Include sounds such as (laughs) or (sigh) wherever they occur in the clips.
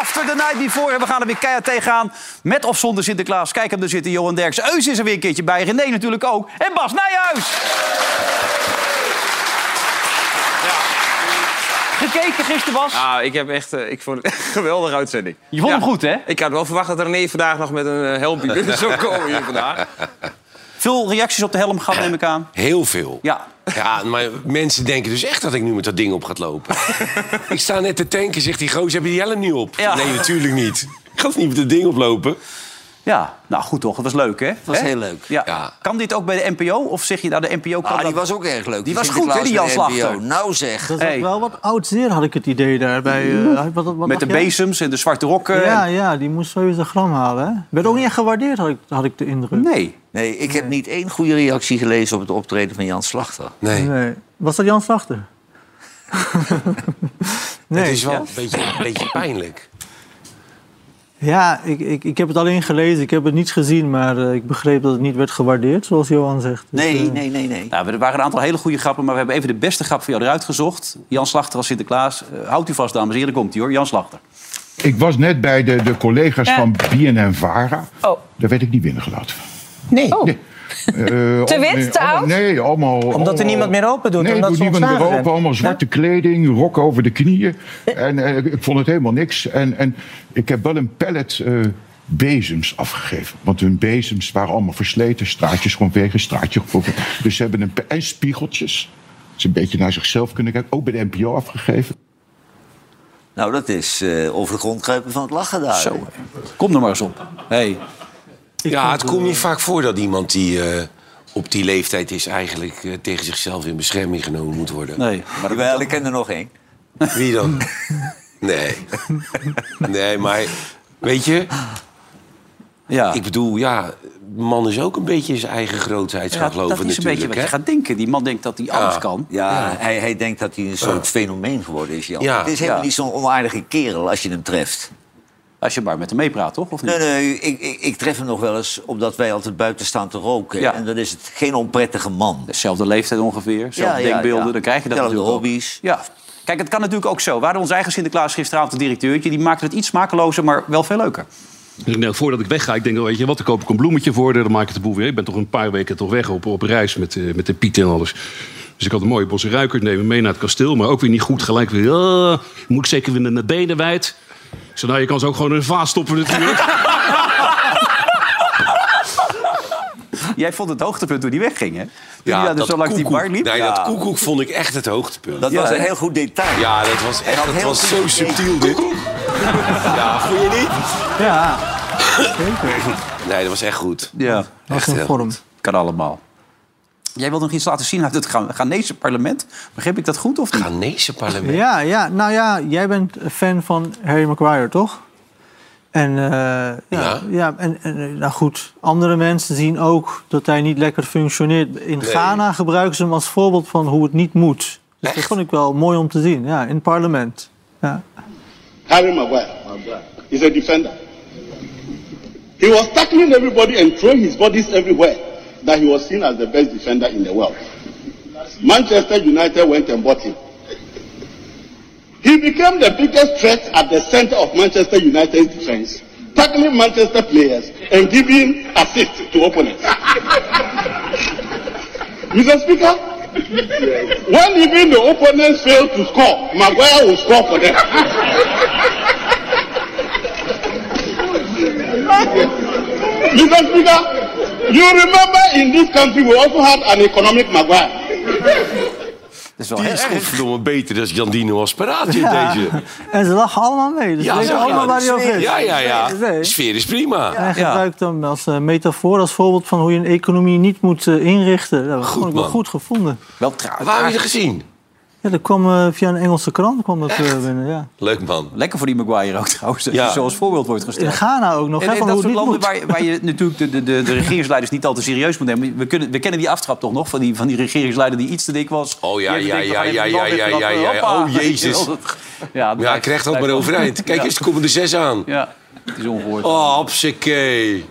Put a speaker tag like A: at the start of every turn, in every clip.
A: After the Night Before. En we gaan er weer keihard tegenaan. Met of zonder Sinterklaas. Kijk hem er zitten. Johan Derks. Eus is er weer een keertje bij. René natuurlijk ook. En Bas Nijhuis. Gekeken gisteren, Bas.
B: Nou, ik, heb echt, eh, ik vond het (laughs) echt een geweldige uitzending.
A: Je vond hem goed, hè?
B: Ik had wel verwacht dat René vandaag nog met een eh,
A: (laughs)
B: helmpje binnen zou komen hier vandaag.
A: Veel reacties op de helm gehad, neem ik aan.
C: Heel veel.
A: Ja.
C: Ja, maar mensen denken dus echt dat ik nu met dat ding op gaat lopen.
A: (laughs)
C: ik sta net te tanken, zegt die gozer, heb je die helm nu op?
A: Ja.
C: Nee, natuurlijk niet. Ik ga niet met dat ding oplopen.
A: Ja, nou goed toch, dat was leuk hè?
D: was
A: Hè?
D: heel leuk.
A: Ja.
C: Ja.
A: Kan dit ook bij de NPO? Of zeg je nou, de NPO kan
D: Ah, die
A: dat-
D: was ook erg leuk.
A: Die was
D: Sinterklaas
A: goed, hè, die
D: van
A: Jan
D: de NPO.
A: Slachter.
D: Nou zeg.
E: Dat
A: Hey.
E: was wel wat oud zeer, had ik het idee eh, daarbij.
A: met de eh. bezems en de zwarte rokken.
E: Ja,
A: en-
E: ja, die moest sowieso een gram halen. Hè? Werd ook niet echt gewaardeerd, had ik, had ik de indruk.
A: Nee. Dus,
D: Nee, ik heb niet één goede reactie gelezen op het optreden van Jan Slachter.
C: Nee,
E: Nee. Was dat Jan Slachter? nee.
C: het is wel een, beetje, een beetje pijnlijk.
E: Ja, ik, ik, ik heb het alleen gelezen, ik heb het niet gezien, maar eh, ik begreep dat het niet werd gewaardeerd, zoals Johan zegt. Dus,
D: Nee,
E: eh,
D: nee, nee, nee.
A: Nou, er waren een aantal hele goede grappen, maar we hebben even de beste grap voor jou eruit gezocht. Jan Slachter als Sinterklaas. Eh, houdt u vast, dames en heren, komt hij hoor. Jan Slachter.
F: Ik was net bij de, de collega's van BNN Vara.
G: Oh.
F: Daar werd ik niet
G: (laughs)
F: binnengelaten.
G: Nee.
F: te
G: wit, te oud?
F: Nee, allemaal... Omdat
G: er niemand meer open doet,
F: Nee,
G: omdat
F: doet
G: ze
F: niemand meer
G: ontslagen
F: open.
G: zijn.
F: Allemaal zwarte kleding, rokken over de
G: (laughs)
F: knieën. En eh, ik, ik vond het helemaal niks. En, en ik heb wel een pallet eh, bezems afgegeven. Want hun bezems waren allemaal versleten. Straatjes gewoon wegen, straatje gewoon weg. Dus ze hebben een... pa- En spiegeltjes. Ze een beetje naar zichzelf kunnen kijken. Ook bij de NPO afgegeven.
D: Nou, dat is eh, over de grond kruipen van het lachen daar.
A: Zo. hè. Kom er maar eens op. Hey.
C: Ja, het komt
A: eh,
C: niet vaak voor dat iemand die eh, op die leeftijd is... eigenlijk eh, tegen zichzelf in bescherming genomen moet worden.
A: Nee. Maar dat-
D: Jawel, ik ken er nog één.
C: Wie
A: (laughs)
C: dan? Nee. Nee, maar weet je,
A: ja.
C: ik bedoel, ja... Man is ook een beetje in zijn eigen grootheid
A: Ja,
C: gaan
A: dat
C: geloven
A: is een beetje
C: natuurlijk.
A: wat je
C: hè?
A: gaat denken. Die man denkt dat hij alles kan.
D: Ja, Hij, hij denkt dat hij een soort fenomeen geworden is, Jan.
C: Ja.
D: Het is helemaal
A: Ja.
D: niet zo'n onaardige kerel als je hem treft.
A: Als je maar met hem meepraat, toch? Of niet?
D: Nee, nee, ik, ik, ik tref hem nog wel eens omdat wij altijd buiten staan te roken.
A: Ja.
D: En dan is het geen onprettige man.
A: Zelfde leeftijd ongeveer, zelfde
D: Ja, ja,
A: denkbeelden,
D: ja.
A: dan krijg je dat
D: Zelfde
A: natuurlijk ook.
D: hobby's.
A: Ja. Kijk, het kan natuurlijk ook zo. We hadden ons eigen Sinterklaas gisteravond, de directeurtje... die maakte het iets smakelozer, maar wel veel leuker.
H: Dus ik denk, voordat ik wegga, ik denk, oh, weet je wat, dan koop ik een bloemetje voor. Dan maak ik de boel weer. Ik ben toch een paar weken toch weg op, op reis met, eh, met de Piet en alles. Dus ik had een mooie bosse ruikers, neem hem mee naar het kasteel. Maar ook weer niet goed, gelijk weer, ah, moet ik zeker weer naar benen wijd. Ik zei, nou, je kan ze ook gewoon in een vaas stoppen natuurlijk.
A: Jij vond het hoogtepunt toen die wegging, hè? Toen
C: Ja,
A: die daar dus
C: dat
A: zo langs die
C: koekoek.
A: bar liep.
C: Nee,
D: Ja.
C: dat koekoek vond ik echt het hoogtepunt.
D: Dat
A: Ja,
D: was een
A: hè?
D: heel goed detail.
C: Ja, dat was
D: dat
C: echt dat
D: heel
C: was zo
D: goed idee.
C: subtiel dit. Ja, vond je niet?
E: Ja, zeker.
C: Nee, dat was echt goed.
A: Ja,
E: Dat was een
C: heel
E: vorm.
A: kan allemaal. Jij wilde nog iets laten zien uit het Ga- Ghanese parlement. Begreep ik dat goed of niet?
C: Ghanese parlement.
E: Ja, ja, nou ja, jij bent een fan van Harry Maguire, toch? En, eh,
C: Ja.
E: ja, ja, en, en eh, nou goed, andere mensen zien ook dat hij niet lekker functioneert. In Ghana gebruiken ze hem als voorbeeld van hoe het niet moet. Dus dat vond ik wel mooi om te zien, ja, in het parlement. Ja.
I: Harry Maguire. He's a defender. He was tackling everybody and throwing his bodies everywhere that he was seen as the best defender in the world. Manchester United went and bought him. He became the biggest threat at the center of Manchester United's defense, tackling Manchester players and giving assists to opponents. Mr. Speaker, when even the opponents fail to score, Maguire will score for them. Mr. Speaker, you remember in this country we also had an economic Maguire.
A: Dat is wel
C: Die
A: heel
C: is godverdomme beter dan Jandino Asparaatje
E: Ja.
C: deze.
E: En ze lachen allemaal mee, dus
C: Ja,
E: ze weten
C: ja,
E: allemaal
C: ja,
E: waar
C: de
E: hij over
C: sfeer.
E: is.
C: Ja, ja, ja.
E: Nee, nee.
C: De sfeer is prima.
E: Hij
A: Ja.
E: gebruikt hem als eh, metafoor, als voorbeeld van hoe je een economie niet moet eh, inrichten. Dat vond ik wel
C: man.
E: goed gevonden.
A: Wel trouw.
C: Waar heb je het gezien?
E: Ja, dat kwam eh, via een Engelse krant kwam dat, eh, binnen, ja.
C: Leuk man.
A: Lekker voor die Maguire ook trouwens. Dat
C: Ja.
A: je zoals voorbeeld wordt gesteld.
E: In Ghana ook nog,
A: En,
E: hè,
A: en
E: van
A: dat
E: hoe
A: soort
E: het niet
A: landen
E: moet.
A: waar, waar je natuurlijk de, de, de, de regeringsleiders niet al te serieus moet nemen. We, kunnen, we kennen die aftrap toch nog van die, van die regeringsleider die iets te dik was.
C: Oh, ja,
A: Die even
C: ja,
A: denkt, we
C: ja,
A: gaan even
C: ja,
A: de
C: ja,
A: land
C: ja,
A: intrappen.
C: ja, ja.
A: Hoppa.
C: Oh, Jezus.
A: Ja,
C: Ja, ik krijg dat maar
A: (laughs)
C: overeind. Kijk eens, er komen er zes aan.
A: Ja, het is ongehoord.
C: Oh, hopsakee.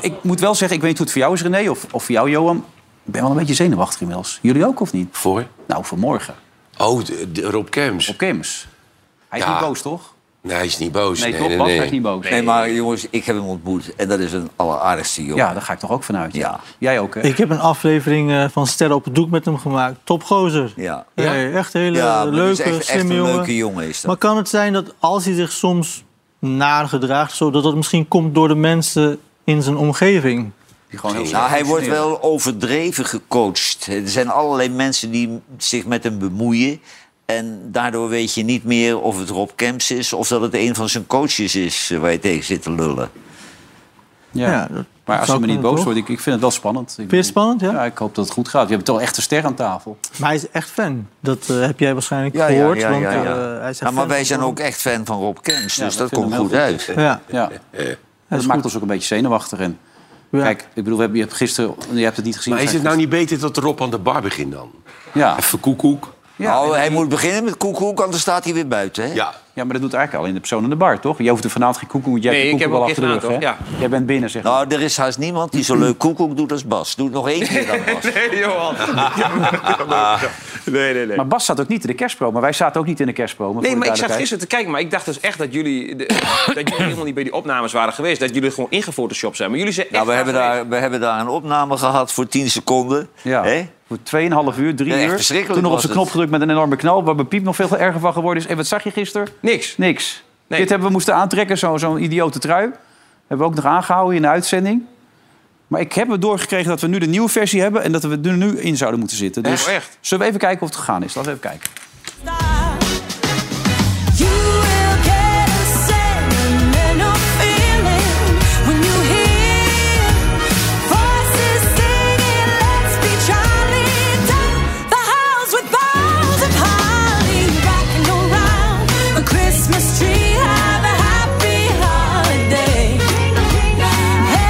A: Ik moet wel zeggen, ik weet niet hoe het voor jou is, René, of, of voor jou, Johan. Ik ben wel een beetje zenuwachtig inmiddels. Jullie ook, of niet?
C: Voor?
A: Nou, vanmorgen.
C: Oh, de- de- Rob Kems.
A: Op Kims. Hij is
C: Ja.
A: niet boos, toch?
C: Nee, hij is niet boos.
A: Nee,
C: Nee,
A: toch?
C: nee,
A: Bas
C: nee.
A: werd niet boos.
D: Nee, maar jongens, ik heb hem ontmoet. En dat is een alleraardigste jongen.
A: Ja, daar ga ik toch ook vanuit.
D: Ja.
A: Jij ook, hè?
E: Ik heb een aflevering eh, van Sterren op het Doek met hem gemaakt. Topgozer.
D: Ja.
E: Nee, echt een hele
D: Ja, maar dat is
E: leuke,
D: echt- echt
E: slimme
D: een
E: jongen.
D: leuke jongen is dat.
E: Maar kan het zijn dat als hij zich soms naar gedraagt... zodat dat misschien komt door de mensen in zijn omgeving?
A: Die gewoon heel
D: Nou,
A: slecht
D: hij wordt
A: functioneren.
D: wel overdreven gecoacht. Er zijn allerlei mensen die zich met hem bemoeien. En daardoor weet je niet meer of het Rob Kemps is... of dat het een van zijn coaches is eh, waar je tegen zit te lullen.
A: Ja.
E: Ja, dat
A: maar als
E: zou
A: je me niet
E: kunnen,
A: boos
E: toch?
A: wordt, ik, ik vind het wel spannend. Ik
E: je het spannend, ja?
A: Ik hoop dat het goed gaat. Je hebt toch echt een ster aan tafel.
E: Maar hij is echt fan. Dat eh, heb jij waarschijnlijk
D: Ja, ja,
E: gehoord.
D: ja,
E: want,
D: ja, ja.
E: eh, hij is echt
D: Ja, maar
E: fan
D: wij
E: van
D: zijn
E: hem.
D: ook echt fan van Rob Kemps,
A: Ja,
D: dus
A: dat
D: dat,
A: vinden we
D: komt goed,
A: heel
D: uit.
E: Ja,
A: Ja. Dat
E: is
A: maakt
E: goed.
A: ons ook een beetje zenuwachtig. En,
E: Ja.
A: Kijk, ik bedoel, we hebben, je hebt gisteren... Je hebt het niet gezien.
C: Maar is het nou niet beter dat Rob aan de bar begint dan?
A: Ja.
C: Even koekoek.
A: Ja,
D: nou,
A: en-
D: hij moet beginnen met koekoek, anders staat hij weer buiten. Hè?
C: Ja.
A: ja, maar dat doet eigenlijk al in de persoon aan de bar, toch? Je hoeft er vanavond geen koekoek, want jij
B: Nee,
A: hebt de
B: ik
A: koekoek
B: heb
A: wel
B: hem
A: achter de
B: ook
A: rug,
B: gedaan,
A: hè? Jij bent binnen, zeg maar.
D: Nou, er is haast niemand die zo leuk koekoek doet als Bas. Doe het nog één keer dan,
C: (laughs)
D: Bas.
B: Nee, Johan. Nee, nee, nee.
A: Ah. Maar Bas zat ook niet in de kerstpro, maar wij zaten ook niet in de kerstpro.
B: Nee,
A: voor de
B: maar ik zat
A: duidelijkheid.
B: gisteren te kijken, maar ik dacht dus echt dat jullie, de- (coughs) dat jullie helemaal niet bij die opnames waren geweest. Dat jullie gewoon ingefotoshopt zijn. Maar jullie zijn echt
D: Nou, we hebben,
B: geweest.
D: daar, we hebben daar een opname gehad voor 10 seconden.
A: Ja,
D: Hè?
A: voor 2,5 uur, 3
D: Ja, echt
A: uur.
D: verschrikkelijk
A: Toen nog op
D: was
A: zijn
D: het.
A: knop gedrukt met een enorme knal... waar mijn piep nog veel erger van geworden is. En wat zag je gisteren?
B: Niks.
A: Niks.
B: Nee.
A: Dit hebben we moesten aantrekken, zo- zo'n idiote trui. Hebben we ook nog aangehouden in de uitzending. Maar ik heb het doorgekregen dat we nu de nieuwe versie hebben... en dat we er nu in zouden moeten zitten. Dus
B: Oh, echt?
A: zullen we even kijken of het gegaan is? Laten we even
D: Dus
A: kijken.
G: You will get a sentimental feeling when you hear voices singing. Let's be Charlie. Top the house with boughs of holly, rocking around a Christmas tree. Have a happy holiday.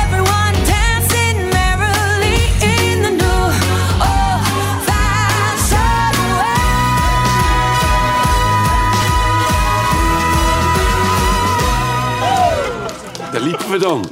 G: Everyone dancing merrily in the new old-fashioned
C: Daar liepen we dan.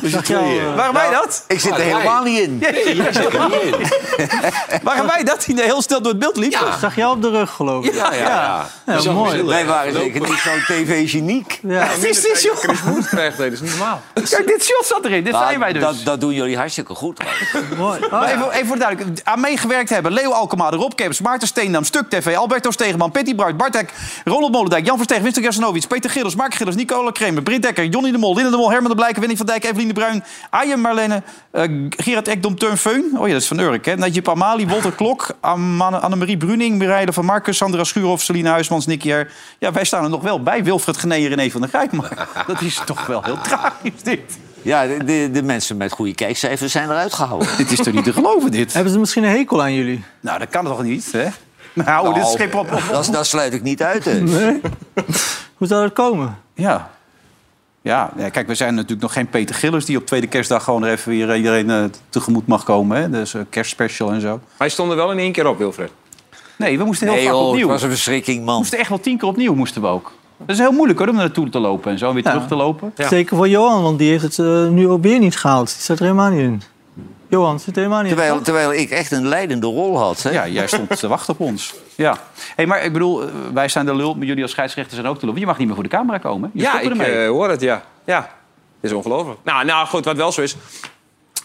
C: Met z'n tweeën.
A: Waren wij dat?
D: Ik zit er
C: Ah, Ja,
D: helemaal niet in.
C: Nee, jij zit er niet in.
A: Waren wij dat die heel snel door het beeld liep?
C: Ja.
E: Zag jij op de rug, geloof ik?
C: Ja, ja, ja.
E: Ja,
C: Zo
E: mooi.
C: gezellig.
D: Wij waren zeker niet zo'n
A: (laughs)
D: tv-geniek.
E: Ja.
A: Precies, joh.
B: Chris Wood krijgt, nee, dat is niet normaal.
A: Kijk, dit shot zat erin. Dit zijn wij dus.
D: Nou, dat, dat doen jullie hartstikke goed. hoor.
E: Mooi. Oh,
A: Maar even, even voor de duidelijkheid. Aan meegewerkt hebben Leo Alkema, Rob Kemps, Maarten Steendam, Stuk TV... Alberto Stegeman, Petty Bruid, Bart Hek, Ronald Molendijk... Jan Versteeg, Winston Jasanovic, Peter Gillis, Mark Gillis... Nicola Kremer, Britt Dekker, Jonny de Mol, Linda de Mol... Herman de Blijken, Winnie van Dijk, Evelien de Bruin... Ayen Marlene, eh, Gerard Ekdom, Teun Feun... Oh ja, dat is van Urk, hè? Najib Amali, Wolter Klok, Amman- Annemarie Bruning... Mireille van Marcus, Sandra Schuurhoff, Selina Huismans, Nicky Her. Ja, wij staan er nog wel bij. Wilfred Genee en René van der Gijk. Maar (laughs) dat is toch wel heel tragisch, dit.
D: Ja, de, de, de mensen met goede kijkcijfers zijn eruit
A: (laughs)
D: gehouden.
A: Dit is toch niet te geloven, dit?
E: Hebben ze misschien een hekel aan jullie?
A: Nou, dat kan toch niet, hè? (laughs) Nou, dit is schip op. op-
D: Dat, dat sluit ik niet uit. hè.
E: Hoe zou dat komen?
A: Ja. Ja, ja, kijk, we zijn natuurlijk nog geen Peter Gillers... die op tweede kerstdag gewoon er even weer iedereen eh, tegemoet mag komen. Hè? Dus eh, kerstspecial en zo.
B: Hij stond er wel in één keer op, Wilfred.
A: Nee, we moesten heel
D: Nee,
A: vaak
D: joh, het
A: opnieuw.
D: was
A: We
D: een verschrikking, man.
A: moesten echt wel tien keer opnieuw, moesten we ook. Dat is heel moeilijk, hoor, om naartoe te lopen en zo en weer
E: Ja.
A: terug te lopen.
E: Zeker voor Johan, want die heeft het eh, nu ook weer niet gehaald. Die staat er helemaal niet in. Johan, zit er helemaal niet
D: Terwijl,
E: in.
D: terwijl ik echt een leidende rol had. Hè?
A: Ja, jij stond te wachten op ons. Ja. Hey, maar ik bedoel, eh, wij zijn de lul, maar jullie als scheidsrechter zijn ook de lul. Je mag niet meer voor de camera komen. Je
B: Ja,
A: stopt
B: ik
A: ermee.
B: eh, hoor het, ja. Ja, dat is ongelooflijk. Nou, nou, goed, wat wel zo is...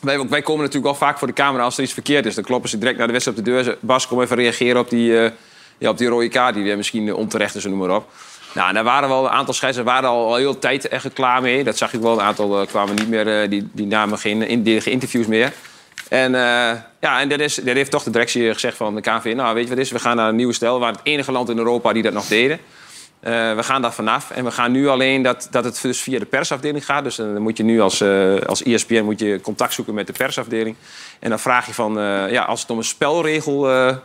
B: Wij, wij komen natuurlijk wel vaak voor de camera als er iets verkeerd is. Dan kloppen ze direct naar de wedstrijd op de deur. Ze- Bas, kom even reageren op die, eh, ja, op die rode kaart die er misschien eh, onterecht is, noem maar op. Nou, daar waren wel een aantal scheidsrechters waren al, al heel de tijd echt klaar mee. Dat zag ik wel. Een aantal eh, kwamen niet meer, eh, die, die namen geen, in, die- geen interviews meer. En, eh, ja, en dat, is, dat heeft toch de directie eh, gezegd van de KNVB... nou, weet je wat het is, we gaan naar een nieuwe stijl. We waren het enige land in Europa die dat nog deden. Eh, we gaan daar vanaf. En we gaan nu alleen dat, dat het dus via de persafdeling gaat. Dus dan moet je nu als, eh als ESPN moet je contact zoeken met de persafdeling. En dan vraag je van, eh, ja, als het om een spelregel eh,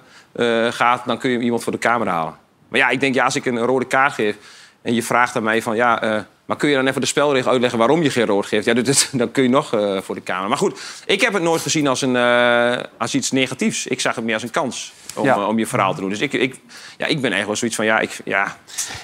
B: eh, gaat, dan kun je iemand voor de camera halen. Maar ja, ik denk, ja, als ik een rode kaart geef en je vraagt aan mij van, ja, eh, maar kun je dan even de spelregel uitleggen waarom je geen rood geeft? Ja, dat- dat- (laughs) dan kun je nog eh, voor de camera. Maar goed, ik heb het nooit gezien als, een, eh, als iets negatiefs. Ik zag het meer als een kans om,
A: Ja.
B: eh, om je verhaal te doen. Dus ik, ik, ja, ik ben eigenlijk wel zoiets van, ja, ik, ja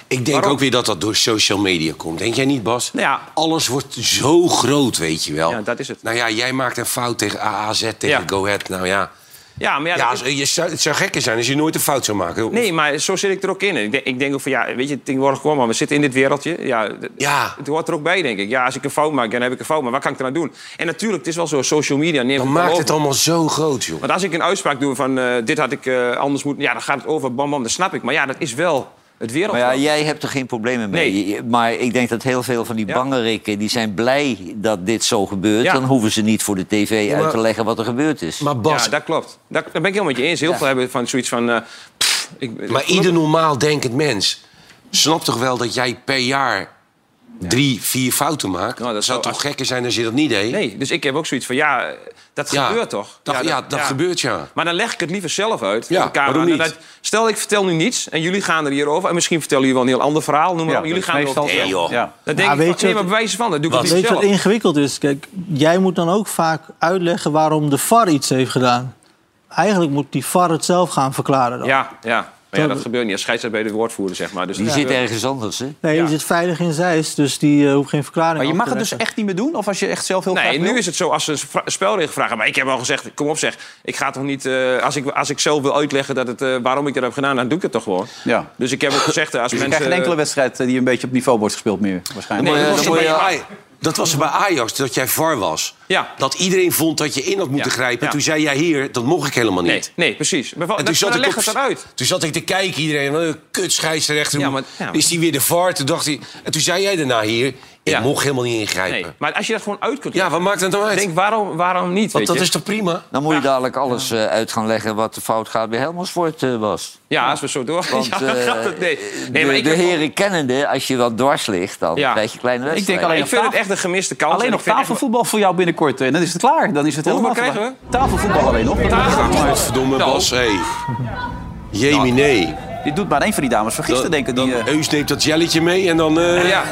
C: Ik denk
B: Waarom?
C: ook weer dat dat door social media komt. Denk jij niet, Bas?
B: Nou ja.
C: Alles wordt zo groot, weet je wel.
B: Ja, dat is het.
C: Nou ja, jij maakt een fout tegen AAZ, tegen
B: Ja.
C: Go Ahead. Nou ja,
B: Ja, maar ja,
C: Ja,
B: dat
C: als- je zou, het zou gekker zijn als je nooit een fout zou maken.
B: Nee, maar zo zit ik er ook in. Ik denk, ik denk ook van, ja, weet je, tegenwoordig gewoon maar, we zitten in dit wereldje. Ja, d-
C: Ja.
B: Het hoort er ook bij, denk ik. Ja, als ik een fout maak, dan heb ik een fout. Maar wat kan ik eraan doen? En natuurlijk, het is wel zo, social media neemt
C: Dan
B: het wel
C: maakt
B: over.
C: het allemaal zo groot, joh.
B: Want als ik een uitspraak doe van, eh, dit had ik eh, anders moeten... Ja, dan gaat het over, bam, bam, dat snap ik. Maar ja, dat is wel het wereld.
D: Maar ja, jij hebt er geen problemen mee.
B: Nee.
D: Je- Maar ik denk dat heel veel van die
B: Ja.
D: bangerikken... die zijn blij dat dit zo gebeurt.
B: Ja.
D: Dan hoeven ze niet voor de tv
C: maar-
D: uit te leggen wat er gebeurd is.
C: Maar Bas,
B: Ja, dat klopt. Dat, dat ben ik helemaal met je eens. Heel veel hebben van zoiets van... eh, pff, ik,
C: maar ieder normaal denkend mens snapt toch wel dat jij per jaar drie, vier fouten maakt?
B: Nou, dat
C: dat zou
B: zou-
C: toch gekker zijn als je dat niet deed?
B: Nee, dus ik heb ook zoiets van, ja, dat
C: Ja,
B: gebeurt toch?
C: dat- ja, dat gebeurt, ja.
B: Maar dan leg ik het liever zelf uit. voor
C: Ja,
B: de camera.
C: waarom niet?
B: En dat- stel, ik vertel nu niets en jullie gaan er hierover. En misschien vertellen jullie wel een heel ander verhaal, noem maar
A: Ja,
B: op. Jullie
A: dat is
B: gaan erover.
A: meestal
B: Nee,
A: zo.
B: joh.
A: Ja.
B: Dat denk
E: Maar
B: ik, van,
E: weet je
B: nee, maar
E: wat-
B: bewijzen van, dat doe ik
E: Weet
B: liever
E: je wat
B: zelf.
E: ingewikkeld is? Kijk, jij moet dan ook vaak uitleggen waarom de VAR iets heeft gedaan. Eigenlijk moet die VAR het zelf gaan verklaren. Dan.
B: Ja, ja. Maar ja,
E: Zo-
B: dat gebeurt niet. Als scheidsrechter bij de woordvoerder, zeg maar. Dus
D: die
B: dat
D: zit
B: gebeurt.
D: ergens anders, hè?
E: Nee,
B: Ja.
E: die zit veilig in Zeist, dus die eh, hoeft geen verklaring
A: Maar je
E: af
A: mag
E: te
A: het dus
E: leggen.
A: echt niet meer doen? Of als je echt zelf heel graag
B: Nee,
A: wil?
B: nu is het zo, als ze een vra- spelregel vragen... maar ik heb al gezegd, kom op zeg, ik ga toch niet... eh, als, ik, als ik zelf wil uitleggen dat het, eh, waarom ik dat heb gedaan, dan doe ik het toch gewoon.
A: Ja.
B: Dus ik heb ook gezegd, eh, als
A: Dus je
B: mensen...
A: krijgt geen enkele wedstrijd eh, die een beetje op niveau wordt gespeeld meer, waarschijnlijk.
C: Maar,
B: Nee,
C: eh,
B: dat
C: dat,
B: moet je-
C: was bij Aj- dat was er bij Ajax, dat jij var was.
B: Ja.
C: Dat iedereen vond dat je in had moeten
B: Ja.
C: grijpen.
B: Ja.
C: Toen zei jij hier, dat mocht ik helemaal niet.
B: Nee, Oh, nee, precies. Maar wat-
C: En
B: dat-
C: toen, zat
B: dan
C: ik
B: leg
C: op,
B: het dan uit.
C: toen zat ik te kijken, iedereen, eh, kut scheidsrechter.
B: Ja,
C: hoe-
B: maar- ja, maar-
C: Is die weer de VAR? Toen dacht hij, en toen zei jij daarna hier, ik
B: Ja.
C: mocht helemaal niet ingrijpen.
B: Nee, maar als je dat gewoon uit kunt
C: Ja, wat maakt het nou uit?
B: Ik denk, waarom, waarom niet? Weet
C: Want dat
B: je?
C: is toch prima?
D: Dan moet je dadelijk alles eh, uit gaan leggen wat de fout gaat bij Helmersvoort eh, was.
B: Ja, als we zo doorgaan.
D: Want
B: (laughs) Ja,
D: eh,
B: gaat het- nee. nee,
D: de,
B: maar ik,
D: de
B: heb-
D: heren kennende, als je wat dwars ligt, dan
B: Ja.
D: krijg je kleine
A: denk
D: wedstrijden.
A: alleen
B: ik
A: op
B: vind het
A: tafel.
B: echt een gemiste kans.
A: Alleen
B: En
A: nog
B: ik vind echt-
A: tafelvoetbal voor jou binnenkort. eh, En dan is het klaar. Dan is het
B: Hoeveel
A: helemaal
B: krijgen
A: voorbij. Tafelvoetbal alleen nog.
C: Godverdomme
B: Nou.
C: Bas, hé. Jemine.
A: Dit doet maar één van die dames vergisten,
C: Dan,
A: denken die... eh,
C: Eus neemt dat jelletje mee en dan... eh,
B: Ja.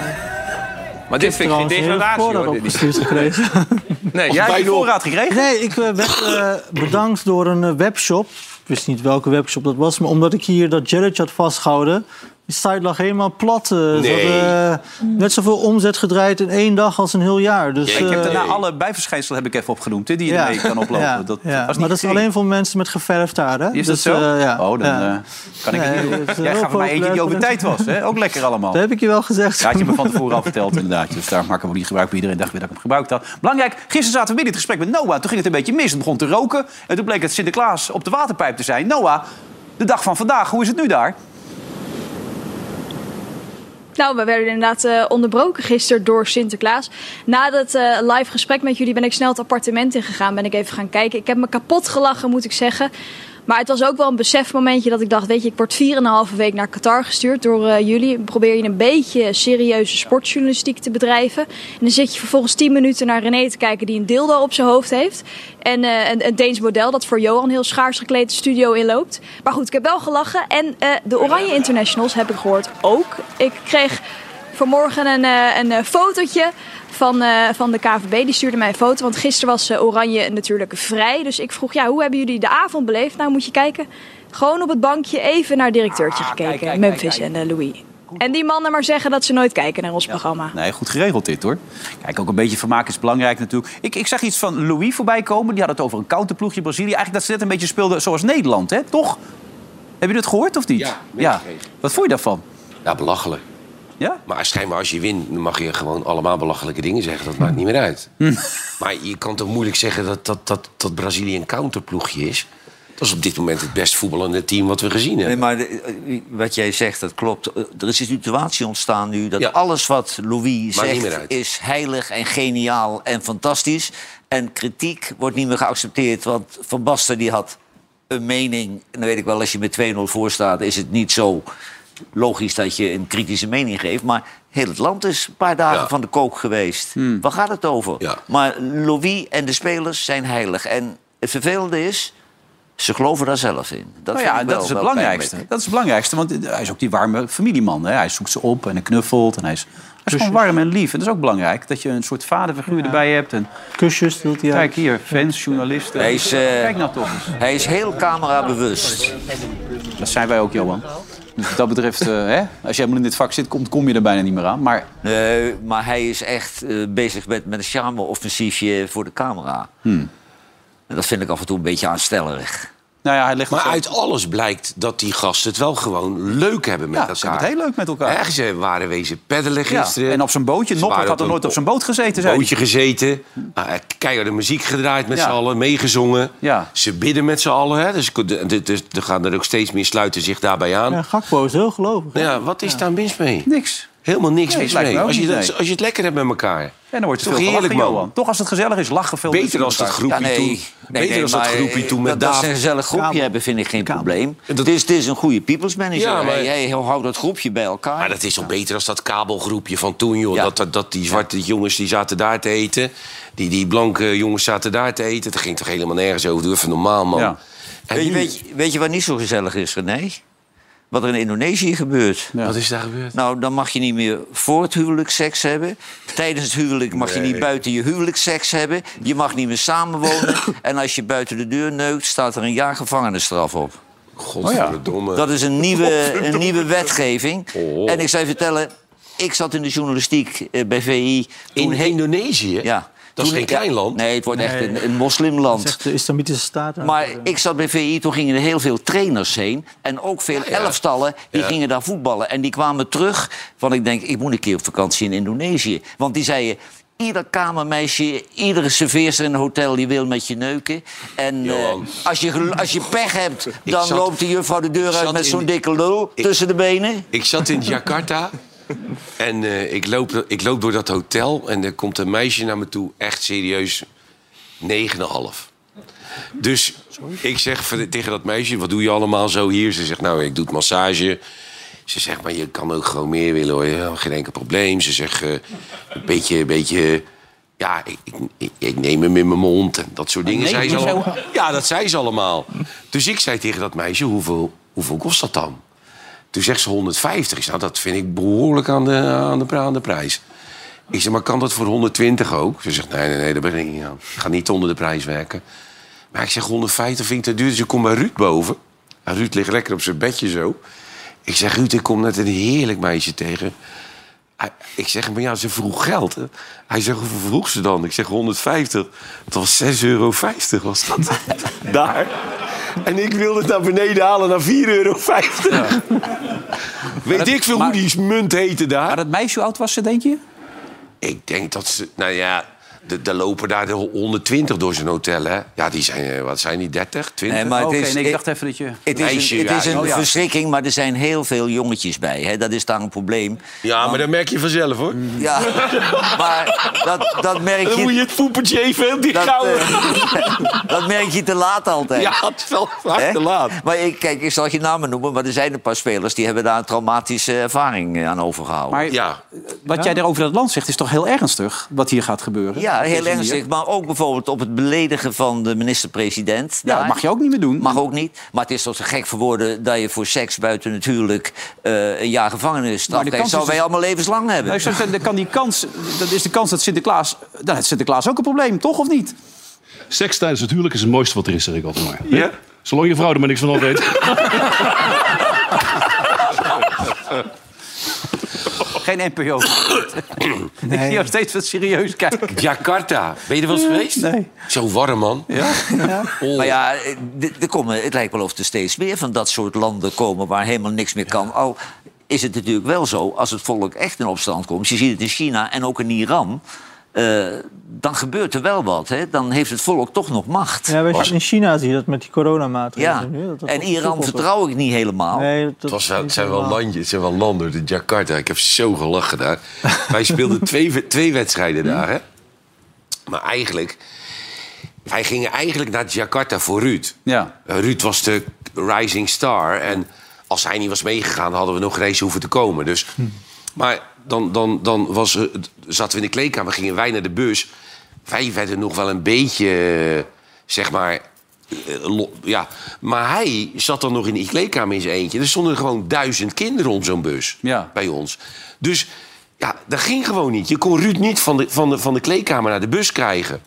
B: Maar dit vind ik geen
E: Trouwens, heel
B: degradatie,
E: voorraad
B: hoor.
A: (laughs)
B: Dit- dit-
E: opgestuurd gekregen.
B: Nee,
A: jij hebt
B: ja,
A: je voorraad gekregen?
E: Nee, ik eh, werd eh, bedankt door een eh, webshop. Ik wist niet welke webshop dat was, maar omdat ik hier dat jelletje had vastgehouden... Die site lag helemaal plat. eh, Ze
C: Nee.
E: hadden eh, net zoveel omzet gedraaid in één dag als een heel jaar. Dus,
A: Ik heb
E: eh,
A: daarna alle bijverschijnselen heb ik even opgenoemd, hè, die je ermee
E: (laughs)
A: kan oplopen.
E: ja,
A: Dat,
E: ja.
A: dat was niet
E: maar dat is
A: gering.
E: alleen voor mensen met geverfd haar, hè?
A: Is
E: Dus,
A: dat zo?
E: eh, ja.
A: Oh, dan
E: Ja.
A: eh, kan ik
E: Nee,
A: het
E: het
A: niet doen.
E: is heel
A: Jij gaf me maar eentje die over
E: populair.
A: tijd was. Hè? Ook lekker allemaal.
E: Dat heb ik je wel gezegd.
A: Ja, had
E: (laughs)
A: je me van tevoren al verteld, inderdaad. Dus daar maken we niet gebruik van. Iedereen dacht weer dat ik hem gebruikt had. Belangrijk, gisteren zaten we midden in het gesprek met Noah. Toen ging het een beetje mis. Het begon te roken. En toen bleek het Sinterklaas op de waterpijp te zijn. Noah, de dag van vandaag, hoe is het nu daar?
J: Nou, we werden inderdaad eh, onderbroken gisteren door Sinterklaas. Na dat eh, live gesprek met jullie ben ik snel het appartement ingegaan. Ben ik even gaan kijken. Ik heb me kapot gelachen, moet ik zeggen. Maar het was ook wel een besefmomentje dat ik dacht... weet je, ik word 4,5 week naar Qatar gestuurd door eh, jullie. Probeer je een beetje serieuze sportjournalistiek te bedrijven. En dan zit je vervolgens 10 minuten naar René te kijken... die een dildo op zijn hoofd heeft. En eh, een, een Deens model dat voor Johan heel schaars gekleed de studio inloopt. Maar goed, ik heb wel gelachen. En eh, de Oranje Internationals heb ik gehoord ook. Ik kreeg vanmorgen een, eh, een eh, fotootje van, eh, van de KVB. Die stuurde mij een foto, want gisteren was eh, Oranje natuurlijk vrij. Dus ik vroeg, ja, hoe hebben jullie de avond beleefd? Nou, moet je kijken. Gewoon op het bankje even naar directeurtje gekeken.
A: Ah, kijk, kijk,
J: Memphis
A: kijk,
J: en eh, Louis. En die mannen maar zeggen dat ze nooit kijken naar ons programma.
A: Nee, goed geregeld dit hoor. Kijk, ook een beetje vermaak is belangrijk natuurlijk. Ik, ik zag iets van Louis voorbij komen. Die had het over een koude ploegje Brazilië. Eigenlijk dat ze net een beetje speelden zoals Nederland, hè? Toch? Heb je dat gehoord of niet?
C: Ja, meegekregen.
A: Wat vond je daarvan?
C: Ja, belachelijk.
A: Ja?
C: Maar schijnbaar als je wint, dan mag je gewoon allemaal belachelijke dingen zeggen. Dat maakt niet meer uit.
A: Hm.
C: Maar je kan toch moeilijk zeggen dat, dat, dat, dat Brazilië een counterploegje is? Dat is op dit moment het best voetballende team wat we gezien hebben.
D: Nee, maar de- eh, wat jij zegt, dat klopt. Eh, Er is een situatie ontstaan nu dat
C: Ja.
D: alles wat Louis
C: Maakt niet meer
D: zegt
C: uit.
D: is heilig en geniaal en fantastisch. En kritiek wordt niet meer geaccepteerd, want Van Basten die had een mening. En dan weet ik wel, als je met 2-0 voor staat, is het niet zo logisch dat je een kritische mening geeft. Maar heel het land is een paar dagen
C: Ja.
D: van de kook geweest. Waar gaat het over?
C: Ja.
D: Maar Louis en de spelers zijn heilig. En het vervelende is, ze geloven daar zelf in. Dat
A: Nou
D: vind
A: ja,
D: ik wel-
A: dat is het
D: wel pijnlijk.
A: belangrijkste. Dat is het belangrijkste, want hij is ook die warme familieman. Hè? Hij zoekt ze op en hij knuffelt en hij is, hij is
D: Dus
A: gewoon warm en lief. En dat is ook belangrijk, dat je een soort vaderfiguur erbij hebt. En,
E: Kusjes deelt hij uit.
A: kijk hier, fans, journalisten.
D: Hij is, eh,
A: Kijk nou toch eens.
D: Hij is heel camerabewust.
A: Dat zijn wij ook, Johan. Dus wat dat betreft, eh, hè? als je helemaal in dit vak zit, komt, kom je er bijna niet meer aan. Maar
D: Nee, maar hij is echt eh, bezig met, met een
C: Hmm.
D: charme-offensiefje voor de camera. En dat vind ik af en toe een beetje aanstellerig.
A: Nou ja, hij ligt
C: Maar
A: het zo.
C: uit alles blijkt dat die gasten het wel gewoon leuk hebben met
A: Ja,
C: elkaar.
A: ze hebben het heel leuk met elkaar.
C: Echt, ze waren wezen peddelen
A: Ja,
C: gisteren.
A: en op zijn bootje.
C: Ze
A: Noppert
C: waren
A: had er
C: op
A: nooit
C: een-
A: op zijn boot gezeten, zei hij.
C: bootje gezeten. Uh, keiharde muziek gedraaid met
A: Ja.
C: z'n allen, meegezongen.
A: Ja.
C: Ze bidden met z'n allen. Hè? Dus de- de- de- er gaan er ook steeds meer sluiten zich daarbij aan.
E: Ja,
C: Ja.
E: Gakpo is heel gelovig.
C: Nou ja, wat is daar mis mee?
A: Niks.
C: Helemaal niks
A: Nee,
C: mis
A: lijkt me
C: mee.
A: ook
C: Als je,
A: niet,
C: dat-
A: nee.
C: als je het lekker hebt met elkaar.
A: En dan wordt het
C: Toch
A: veel gelachen,
C: heerlijk, man.
A: Johan. Toch als het gezellig is, lachen veel
C: Beter
A: mensen
C: als dat
A: elkaar.
C: groepje
D: Ja,
C: toen.
D: nee. Nee,
C: Beter
D: nee,
C: als dat
D: maar,
C: groepje
D: eh,
C: toen met
D: dat, dat ze een
C: Daaf.
D: gezellig groepje
E: Kamer.
D: hebben, vind ik geen
E: Kamer.
D: probleem.
C: Dat-
D: het, is, het is een goede peoples manager.
C: Ja, maar-
D: Hey, Jij houdt dat groepje bij elkaar.
C: Maar dat is al beter als dat kabelgroepje van toen, joh.
D: Ja.
C: Dat, dat, dat die zwarte jongens die zaten daar te eten. Die, die blanke jongens zaten daar te eten. Dat ging toch helemaal nergens over. Doe even normaal, man.
A: Ja.
C: En
D: weet, je,
C: nu-
D: weet, je, weet je wat niet zo gezellig is, René? Wat er in Indonesië gebeurt.
C: Wat is daar gebeurd?
D: Nou, dan mag je niet meer voor het huwelijk seks hebben. Tijdens het huwelijk mag je niet buiten je huwelijk seks hebben. Je mag niet meer samenwonen. en als je buiten de deur neukt, staat er een jaar gevangenisstraf op.
C: Godverdomme.
A: Oh
D: Dat is een nieuwe, een nieuwe wetgeving.
C: Oh.
D: En ik zou je vertellen, ik zat in de journalistiek eh, bij VI.
C: In
D: he-
C: Indonesië?
D: ja,
C: Dat is
D: Toen-
C: geen klein land.
D: Nee, het wordt echt een, een moslimland.
E: Zegt de islamitische staat. daar.
D: Maar ik zat bij VI, toen gingen er heel veel trainers heen. En ook veel
C: ja.
D: elftallen, die
C: Ja.
D: gingen daar voetballen. En die kwamen terug, want ik denk, ik moet een keer op vakantie in Indonesië. Want die zeiden, ieder kamermeisje, iedere serveerster in een hotel... die wil met je neuken. En eh,
C: Johan.
D: als, je, gel- als je pech (laughs) hebt, dan
C: zat-
D: loopt de juffrouw de deur uit
C: zat
D: met
C: in
D: zo'n
C: die-
D: dikke lul
C: Ik-
D: tussen de benen.
C: Ik zat in Jakarta. En eh, ik, loop, ik loop door dat hotel. En er komt een meisje naar me toe. Echt serieus. 9,5. Dus ik zeg voor- tegen dat meisje, wat doe je allemaal zo hier? Ze zegt, nou, ik doe het massage. Ze zegt, maar je kan ook gewoon meer willen hoor. Ja, geen enkel probleem. Ze zegt, eh, een beetje, een beetje... Ja, ik, ik, ik, ik neem hem in mijn mond en dat soort dingen. zei ze allemaal. Ja, dat zei ze allemaal. Dus ik zei tegen dat meisje, hoeveel, hoeveel kost dat dan? Toen zegt ze 150. Ik zeg, nou, dat vind ik behoorlijk aan de, aan de, pri- aan de prijs. Ik zeg, maar kan dat voor 120 ook? Ze zegt, nee, nee, nee, daar ben ik niet aan. Ik ga niet onder de prijs werken. Maar ik zeg, 150 vind ik te duur. Dus ik kom bij Ruud boven. En Ruud ligt lekker op zijn bedje zo. Ik zeg, Ruud, ik kom net een heerlijk meisje tegen. Hij- Ik zeg, maar ja, ze vroeg geld. hè. Hij zegt, hoeveel vroeg ze dan? Ik zeg, 150. Het was 6,50 euro was dat. (laughs) Daar. En ik wilde het naar beneden halen naar 4,50 euro. Weet ik veel
A: maar-
C: hoe die munt heette daar.
A: Maar dat meisje, hoe oud was ze, denk je?
C: Ik denk dat ze. Nou ja, de- er lopen daar de 120 door zijn hotel, hè? Ja, die zijn. eh, Wat zijn die? 30, 20?
D: Nee, maar het
A: Oké,
D: is-
A: nee, ik
D: ik-
A: dacht even dat je...
D: Het is
C: Meisje,
D: een, het is
C: ja,
D: een
C: oh ja.
D: verschrikking, maar er zijn heel veel jongetjes bij. Hè? Dat is daar een probleem.
C: ja, maar dat merk je vanzelf hoor.
D: (laughs) Ja, maar dat, dat merk
C: Dan
D: je...
C: moet je het poepertje even die
D: Dat,
C: gouden.
D: eh, (laughs) dat merk je te laat altijd.
C: ja, het is wel
D: Hè?
C: vaak te laat.
D: Maar ik, kijk, ik zal geen namen noemen, maar er zijn een paar spelers die hebben daar een traumatische ervaring eh, aan overgehouden.
A: Maar
C: Ja,
A: wat jij daar over dat land zegt, is toch heel ernstig wat hier gaat gebeuren?
D: ja,
A: Op
D: heel
A: deze manier.
D: ernstig. Maar ook bijvoorbeeld op het beledigen van de minister-president.
A: Ja, dat mag je ook niet meer doen.
D: Mag ook niet. Maar het is toch te gek voor woorden dat je voor seks buiten natuurlijk eh een jaar gevangenisstraf
A: Maar de
D: krijgt. Dat
A: kans
D: zouden
A: is dus-
D: wij allemaal levenslang hebben.
A: Nou, ik zou zeggen, dan kan die kans, dat is de kans dat Sinterklaas... Dan heeft Sinterklaas ook een probleem, toch of niet?
H: Seks tijdens het huwelijk is het mooiste wat er is, zeg ik altijd maar. Zolang je vrouw er maar niks van af weet.
A: Geen
D: (coughs)
A: NPO. Ik zie jou steeds wat serieus kijken.
C: Jakarta. Ben je er wel eens geweest?
A: Mm, nee.
C: Zo warm, man. (laughs) Ja? Oh.
D: Maar ja, eh, d- er komen, het lijkt wel of er steeds meer van dat soort landen komen waar helemaal niks meer kan. Al is het natuurlijk wel zo, als het volk echt in opstand komt, je ziet het in China en ook in Iran, eh, dan gebeurt er wel wat. Hè? Dan heeft het volk toch nog macht.
E: Ja,
D: Ja,
E: weet je, in China zie je dat met die coronamaatregelen. nu, dat dat
D: en
E: op
D: Iran
E: soepel-
D: vertrouw ik niet helemaal.
E: Nee, dat, dat
C: Het, was wel,
E: is
C: het zijn wel
E: helemaal-
C: landjes, het zijn wel landen, de Jakarta. Ik heb zo gelachen (laughs) daar. Wij speelden twee, twee wedstrijden daar, hè? Maar eigenlijk, wij gingen eigenlijk naar Jakarta voor Ruud.
A: Ja.
C: Eh, Ruud was de rising star. En als hij niet was meegegaan, hadden we nog geen eens hoeven te komen. Dus, maar dan, dan, dan was, het- zaten we in de kleedkamer, gingen wij naar de bus. Wij werden nog wel een beetje, eh, zeg maar... eh, lo- Ja, maar hij zat dan nog in die kleedkamer in zijn eentje. Er stonden gewoon duizend kinderen om zo'n bus
A: Ja.
C: bij ons. Dus ja, dat ging gewoon niet. Je kon Ruud niet van de, van de, van de kleedkamer naar de bus krijgen.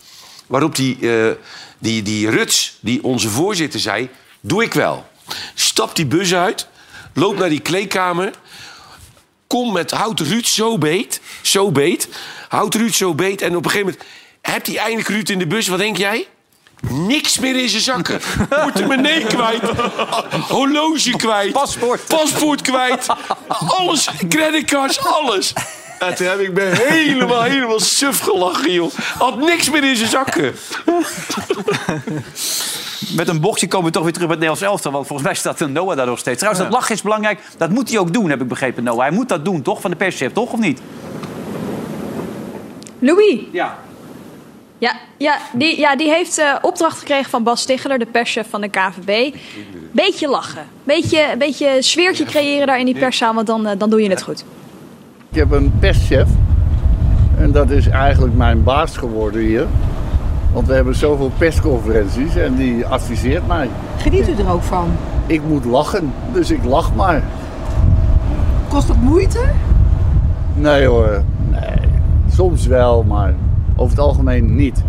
C: Waarop die, eh, die, die Ruts, die onze voorzitter zei, doe ik wel. Stap die bus uit, loop naar die kleedkamer... Kom met, houd Ruud zo beet, zo beet. Houd Ruud zo beet. En op een gegeven moment hebt hij eindelijk Ruud in de bus. Wat denk jij? Niks meer in zijn zakken. (laughs) Portemonnee kwijt. Horloge kwijt.
A: Paspoort.
C: Paspoort kwijt. Alles. Creditcards. Alles. En toen heb ik me helemaal, helemaal suf gelachen, joh. Had niks meer in zijn zakken.
A: Met een bochtje komen we toch weer terug bij het Nederlands elftal. Want volgens mij staat Noah daar nog steeds. Trouwens, dat lachen is belangrijk. Dat moet hij ook doen, heb ik begrepen, Noah. Hij moet dat doen, toch? Van de perschef, toch? Of niet?
J: Louis,
A: Ja.
J: Ja, ja, die, ja, die heeft eh, opdracht gekregen van Bas Sticheler, de perschef van de KVB. Beetje lachen. Beetje, beetje sfeertje creëren daar in die perszaal, want dan, eh, dan doe je het goed.
K: Ik heb een perschef. En dat is eigenlijk mijn baas geworden hier. Want we hebben zoveel persconferenties en die adviseert mij.
L: Geniet u er ook van?
K: Ik moet lachen, dus ik lach maar.
L: Kost het moeite?
K: Nee hoor, nee. Soms wel, maar over het algemeen niet.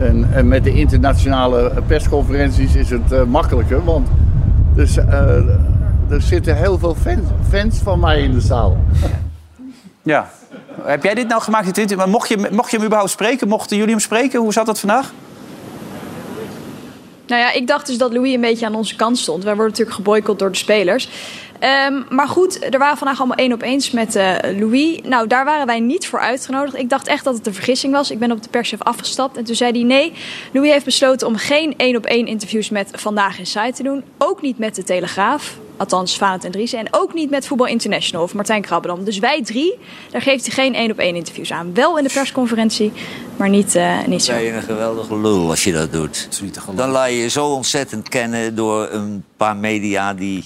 K: En, en met de internationale Eh, persconferenties is het eh, makkelijker, want dus, eh, er zitten heel veel fans, fans van mij in de zaal.
A: Ja. Heb jij dit nou gemaakt? dit interview? Maar Mocht je, mocht je hem überhaupt spreken? Mochten jullie hem spreken? Hoe zat dat vandaag?
J: Nou ja, ik dacht dus dat Louis een beetje aan onze kant stond. Wij worden natuurlijk geboycott door de spelers. Ehm, maar goed, er waren vandaag allemaal één op eens met eh, Louis. Nou, daar waren wij niet voor uitgenodigd. Ik dacht echt dat het een vergissing was. Ik ben op de perschef afgestapt en toen zei hij nee. Louis heeft besloten om geen één op één interviews met Vandaag in Site te doen. Ook niet met de Telegraaf. Althans, Vanat en Driessen. En ook niet met Voetbal International of Martijn Krabbedam. Dus wij drie, daar geeft hij geen één op één interviews aan. Wel in de persconferentie, maar niet, eh, niet zo.
D: Ben je een geweldige lul als je dat doet. Dan laat je je zo ontzettend kennen door een paar media die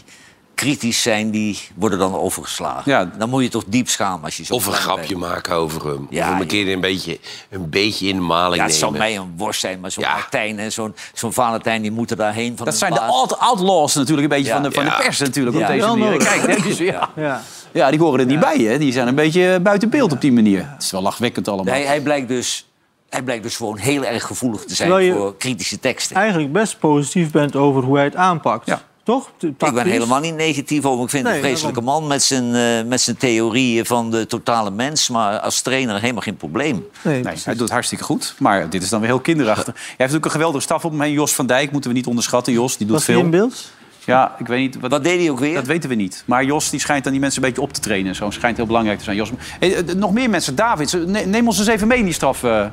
D: kritisch zijn, die worden dan overgeslagen.
A: Ja.
D: Dan moet je toch diep schamen als je zo
C: Of een
D: klein
C: grapje
D: bent.
C: maken over hem.
D: Ja,
C: of hem
D: joh.
C: een keer een beetje, een beetje in de maling
D: Ja, het zal
C: nemen.
D: mij een worst zijn, maar zo'n
C: Ja.
D: Martijn en zo'n zo'n Valentijn, die moeten daarheen van
A: Dat
D: hun
A: zijn de
D: baas.
A: out- outlaws natuurlijk, een beetje
D: Ja.
A: van, de, van
C: Ja.
A: de pers natuurlijk.
D: Ja.
A: Op deze
E: Wel
A: manier.
E: nodig.
A: Kijk, hè, dus, ja.
D: (laughs)
E: Ja.
A: ja, die horen er niet bij. Hè. Die zijn een beetje buiten beeld op die manier. Het is wel lachwekkend allemaal.
D: Hij, hij, blijkt dus, hij blijkt dus gewoon heel erg gevoelig te zijn
E: Terwijl je-
D: voor kritische teksten.
E: Eigenlijk best positief bent over hoe hij het aanpakt.
A: Ja.
E: Toch?
D: Ik ben helemaal niet negatief over. hem. Ik vind het
E: Nee,
D: een vreselijke man met zijn, eh, met zijn theorieën van de totale mens. Maar als trainer helemaal geen probleem.
E: Nee.
A: Nee, hij doet het hartstikke goed, maar dit is dan weer heel kinderachtig. Hij heeft natuurlijk een geweldige staf op hem heen. Jos van Dijk moeten we niet onderschatten. Jos, die doet
E: Was hij in
A: veel.
E: beeld?
A: Ja, ik weet niet. Wat,
D: Wat deed hij ook weer?
A: dat weten we niet. Maar Jos die schijnt aan die mensen een beetje op te trainen. en Zo schijnt heel belangrijk te zijn. Jos, Hey, eh, nog meer mensen. David, ne- neem ons eens even mee in die straf, eh,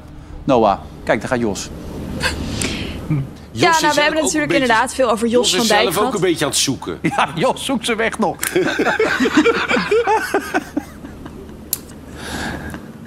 A: Noah. Kijk, daar gaat Jos. (laughs)
J: Ja, nou, we hebben natuurlijk inderdaad veel over Jos, van Dijk
C: zelf ook
J: gehad.
C: een beetje aan het zoeken.
A: Ja, Jos zoekt ze weg nog. (laughs)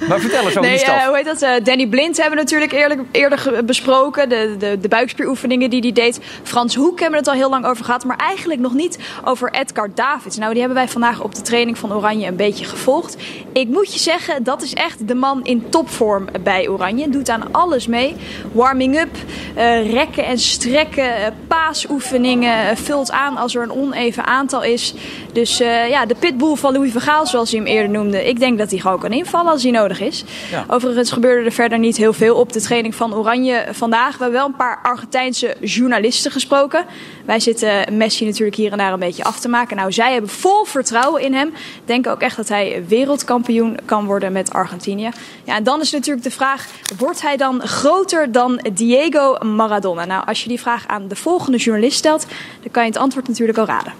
A: maar vertel eens over die
J: Nee,
A: staf.
J: eh, hoe heet dat? eh, Danny Blind hebben we natuurlijk eerlijk, eerder ge- besproken. De, de, de buikspieroefeningen die hij deed. Frans Hoek hebben we het al heel lang over gehad. Maar eigenlijk nog niet over Edgar Davids. Nou, die hebben wij vandaag op de training van Oranje een beetje gevolgd. Ik moet je zeggen, dat is echt de man in topvorm bij Oranje. Doet aan alles mee. Warming up, eh, rekken en strekken, eh, paasoefeningen. eh, vult aan als er een oneven aantal is. Dus eh, ja, de pitbull van Louis van Gaal, zoals hij hem eerder noemde. Ik denk dat hij gewoon kan invallen als hij nodig is. Overigens gebeurde er verder niet heel veel op de training van Oranje vandaag. We hebben wel een paar Argentijnse journalisten gesproken. Wij zitten Messi natuurlijk hier en daar een beetje af te maken. Nou, zij hebben vol vertrouwen in hem. Denken ook echt dat hij wereldkampioen kan worden met Argentinië. Ja, en dan is natuurlijk de vraag, wordt hij dan groter dan Diego Maradona? Nou, als je die vraag aan de volgende journalist stelt, dan kan je het antwoord natuurlijk al raden.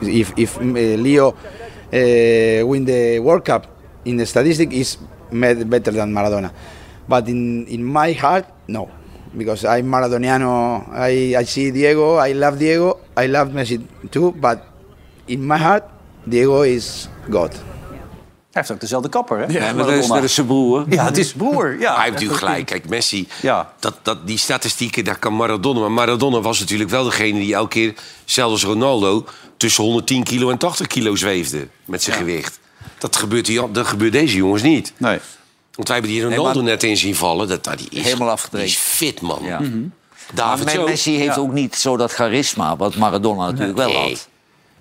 K: if if uh, Leo uh, win the World Cup in the statistic is met, better than Maradona, but in in my heart no, because I'm Maradoniano. I I see Diego. I love Diego. I love Messi too, but in my heart Diego is God.
A: Hij heeft ook dezelfde kapper, hè?
D: Ja, maar dat is, dat is zijn broer.
A: Ja, het is broer. Ja.
C: Hij heeft natuurlijk gelijk. Kijk, Messi,
A: Ja.
C: dat, dat, die statistieken, daar kan Maradona. Maar Maradona was natuurlijk wel degene die elke keer, zelfs als Ronaldo, tussen 110 kilo en 80 kilo zweefde met zijn gewicht. Dat gebeurt, die, dat gebeurt deze jongens niet.
A: Nee.
C: Want wij hebben die Ronaldo
D: maar-
C: net in zien vallen. Dat, nou, die is,
D: Helemaal
C: die
D: afgetraind.
C: is fit, man.
D: Ja.
C: David
D: Maar
C: zo.
D: Messi heeft ook niet zo dat charisma wat Maradona natuurlijk wel
C: Nee.
D: had.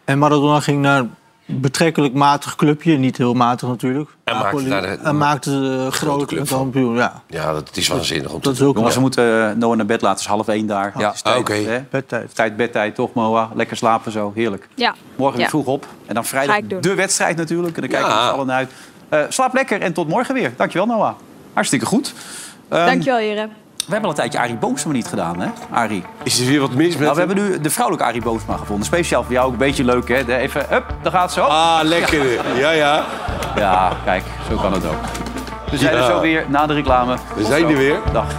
E: En Maradona ging naar een betrekkelijk matig clubje. Niet heel matig natuurlijk.
C: En maakte
E: Napoli.
C: daar een-
E: en maakte de grote
C: club van.
E: kampioen. Ja,
C: Ja, dat is waanzinnig om te
E: dat is ook
A: Jongens, we
E: wel.
A: moeten eh, Noah naar bed laten. Het is half één daar.
D: Ja.
A: Het is tijd,
C: Oké.
A: hè?
E: Bedtijd.
A: Tijd, bedtijd, toch, Moa? Lekker slapen zo. Heerlijk.
J: Ja.
A: Morgen weer
J: Ja.
A: vroeg op. En dan
J: Ga ik
A: vrijdag
J: doen.
A: de wedstrijd natuurlijk. En dan kijken we
C: Ja.
A: met z'n allen naar uit. Eh, slaap lekker en tot morgen weer. Dankjewel, Noah. Hartstikke goed. Ehm,
J: Dankjewel, heren.
A: We hebben al een tijdje Arie Boomsma niet gedaan, hè, Arie?
C: Is er weer wat mis met
A: Nou, we hebben nu de vrouwelijke Arie Boomsma gevonden. Speciaal voor jou, ook een beetje leuk, hè? De- Even, hup, daar gaat ze. Hop.
C: Ah, (laughs) lekker. Ja, ja.
A: Ja, kijk, zo kan het ook. We zijn er
C: Ja.
A: zo weer na de reclame. Tot
C: zijn
A: zo.
C: er weer.
A: Dag.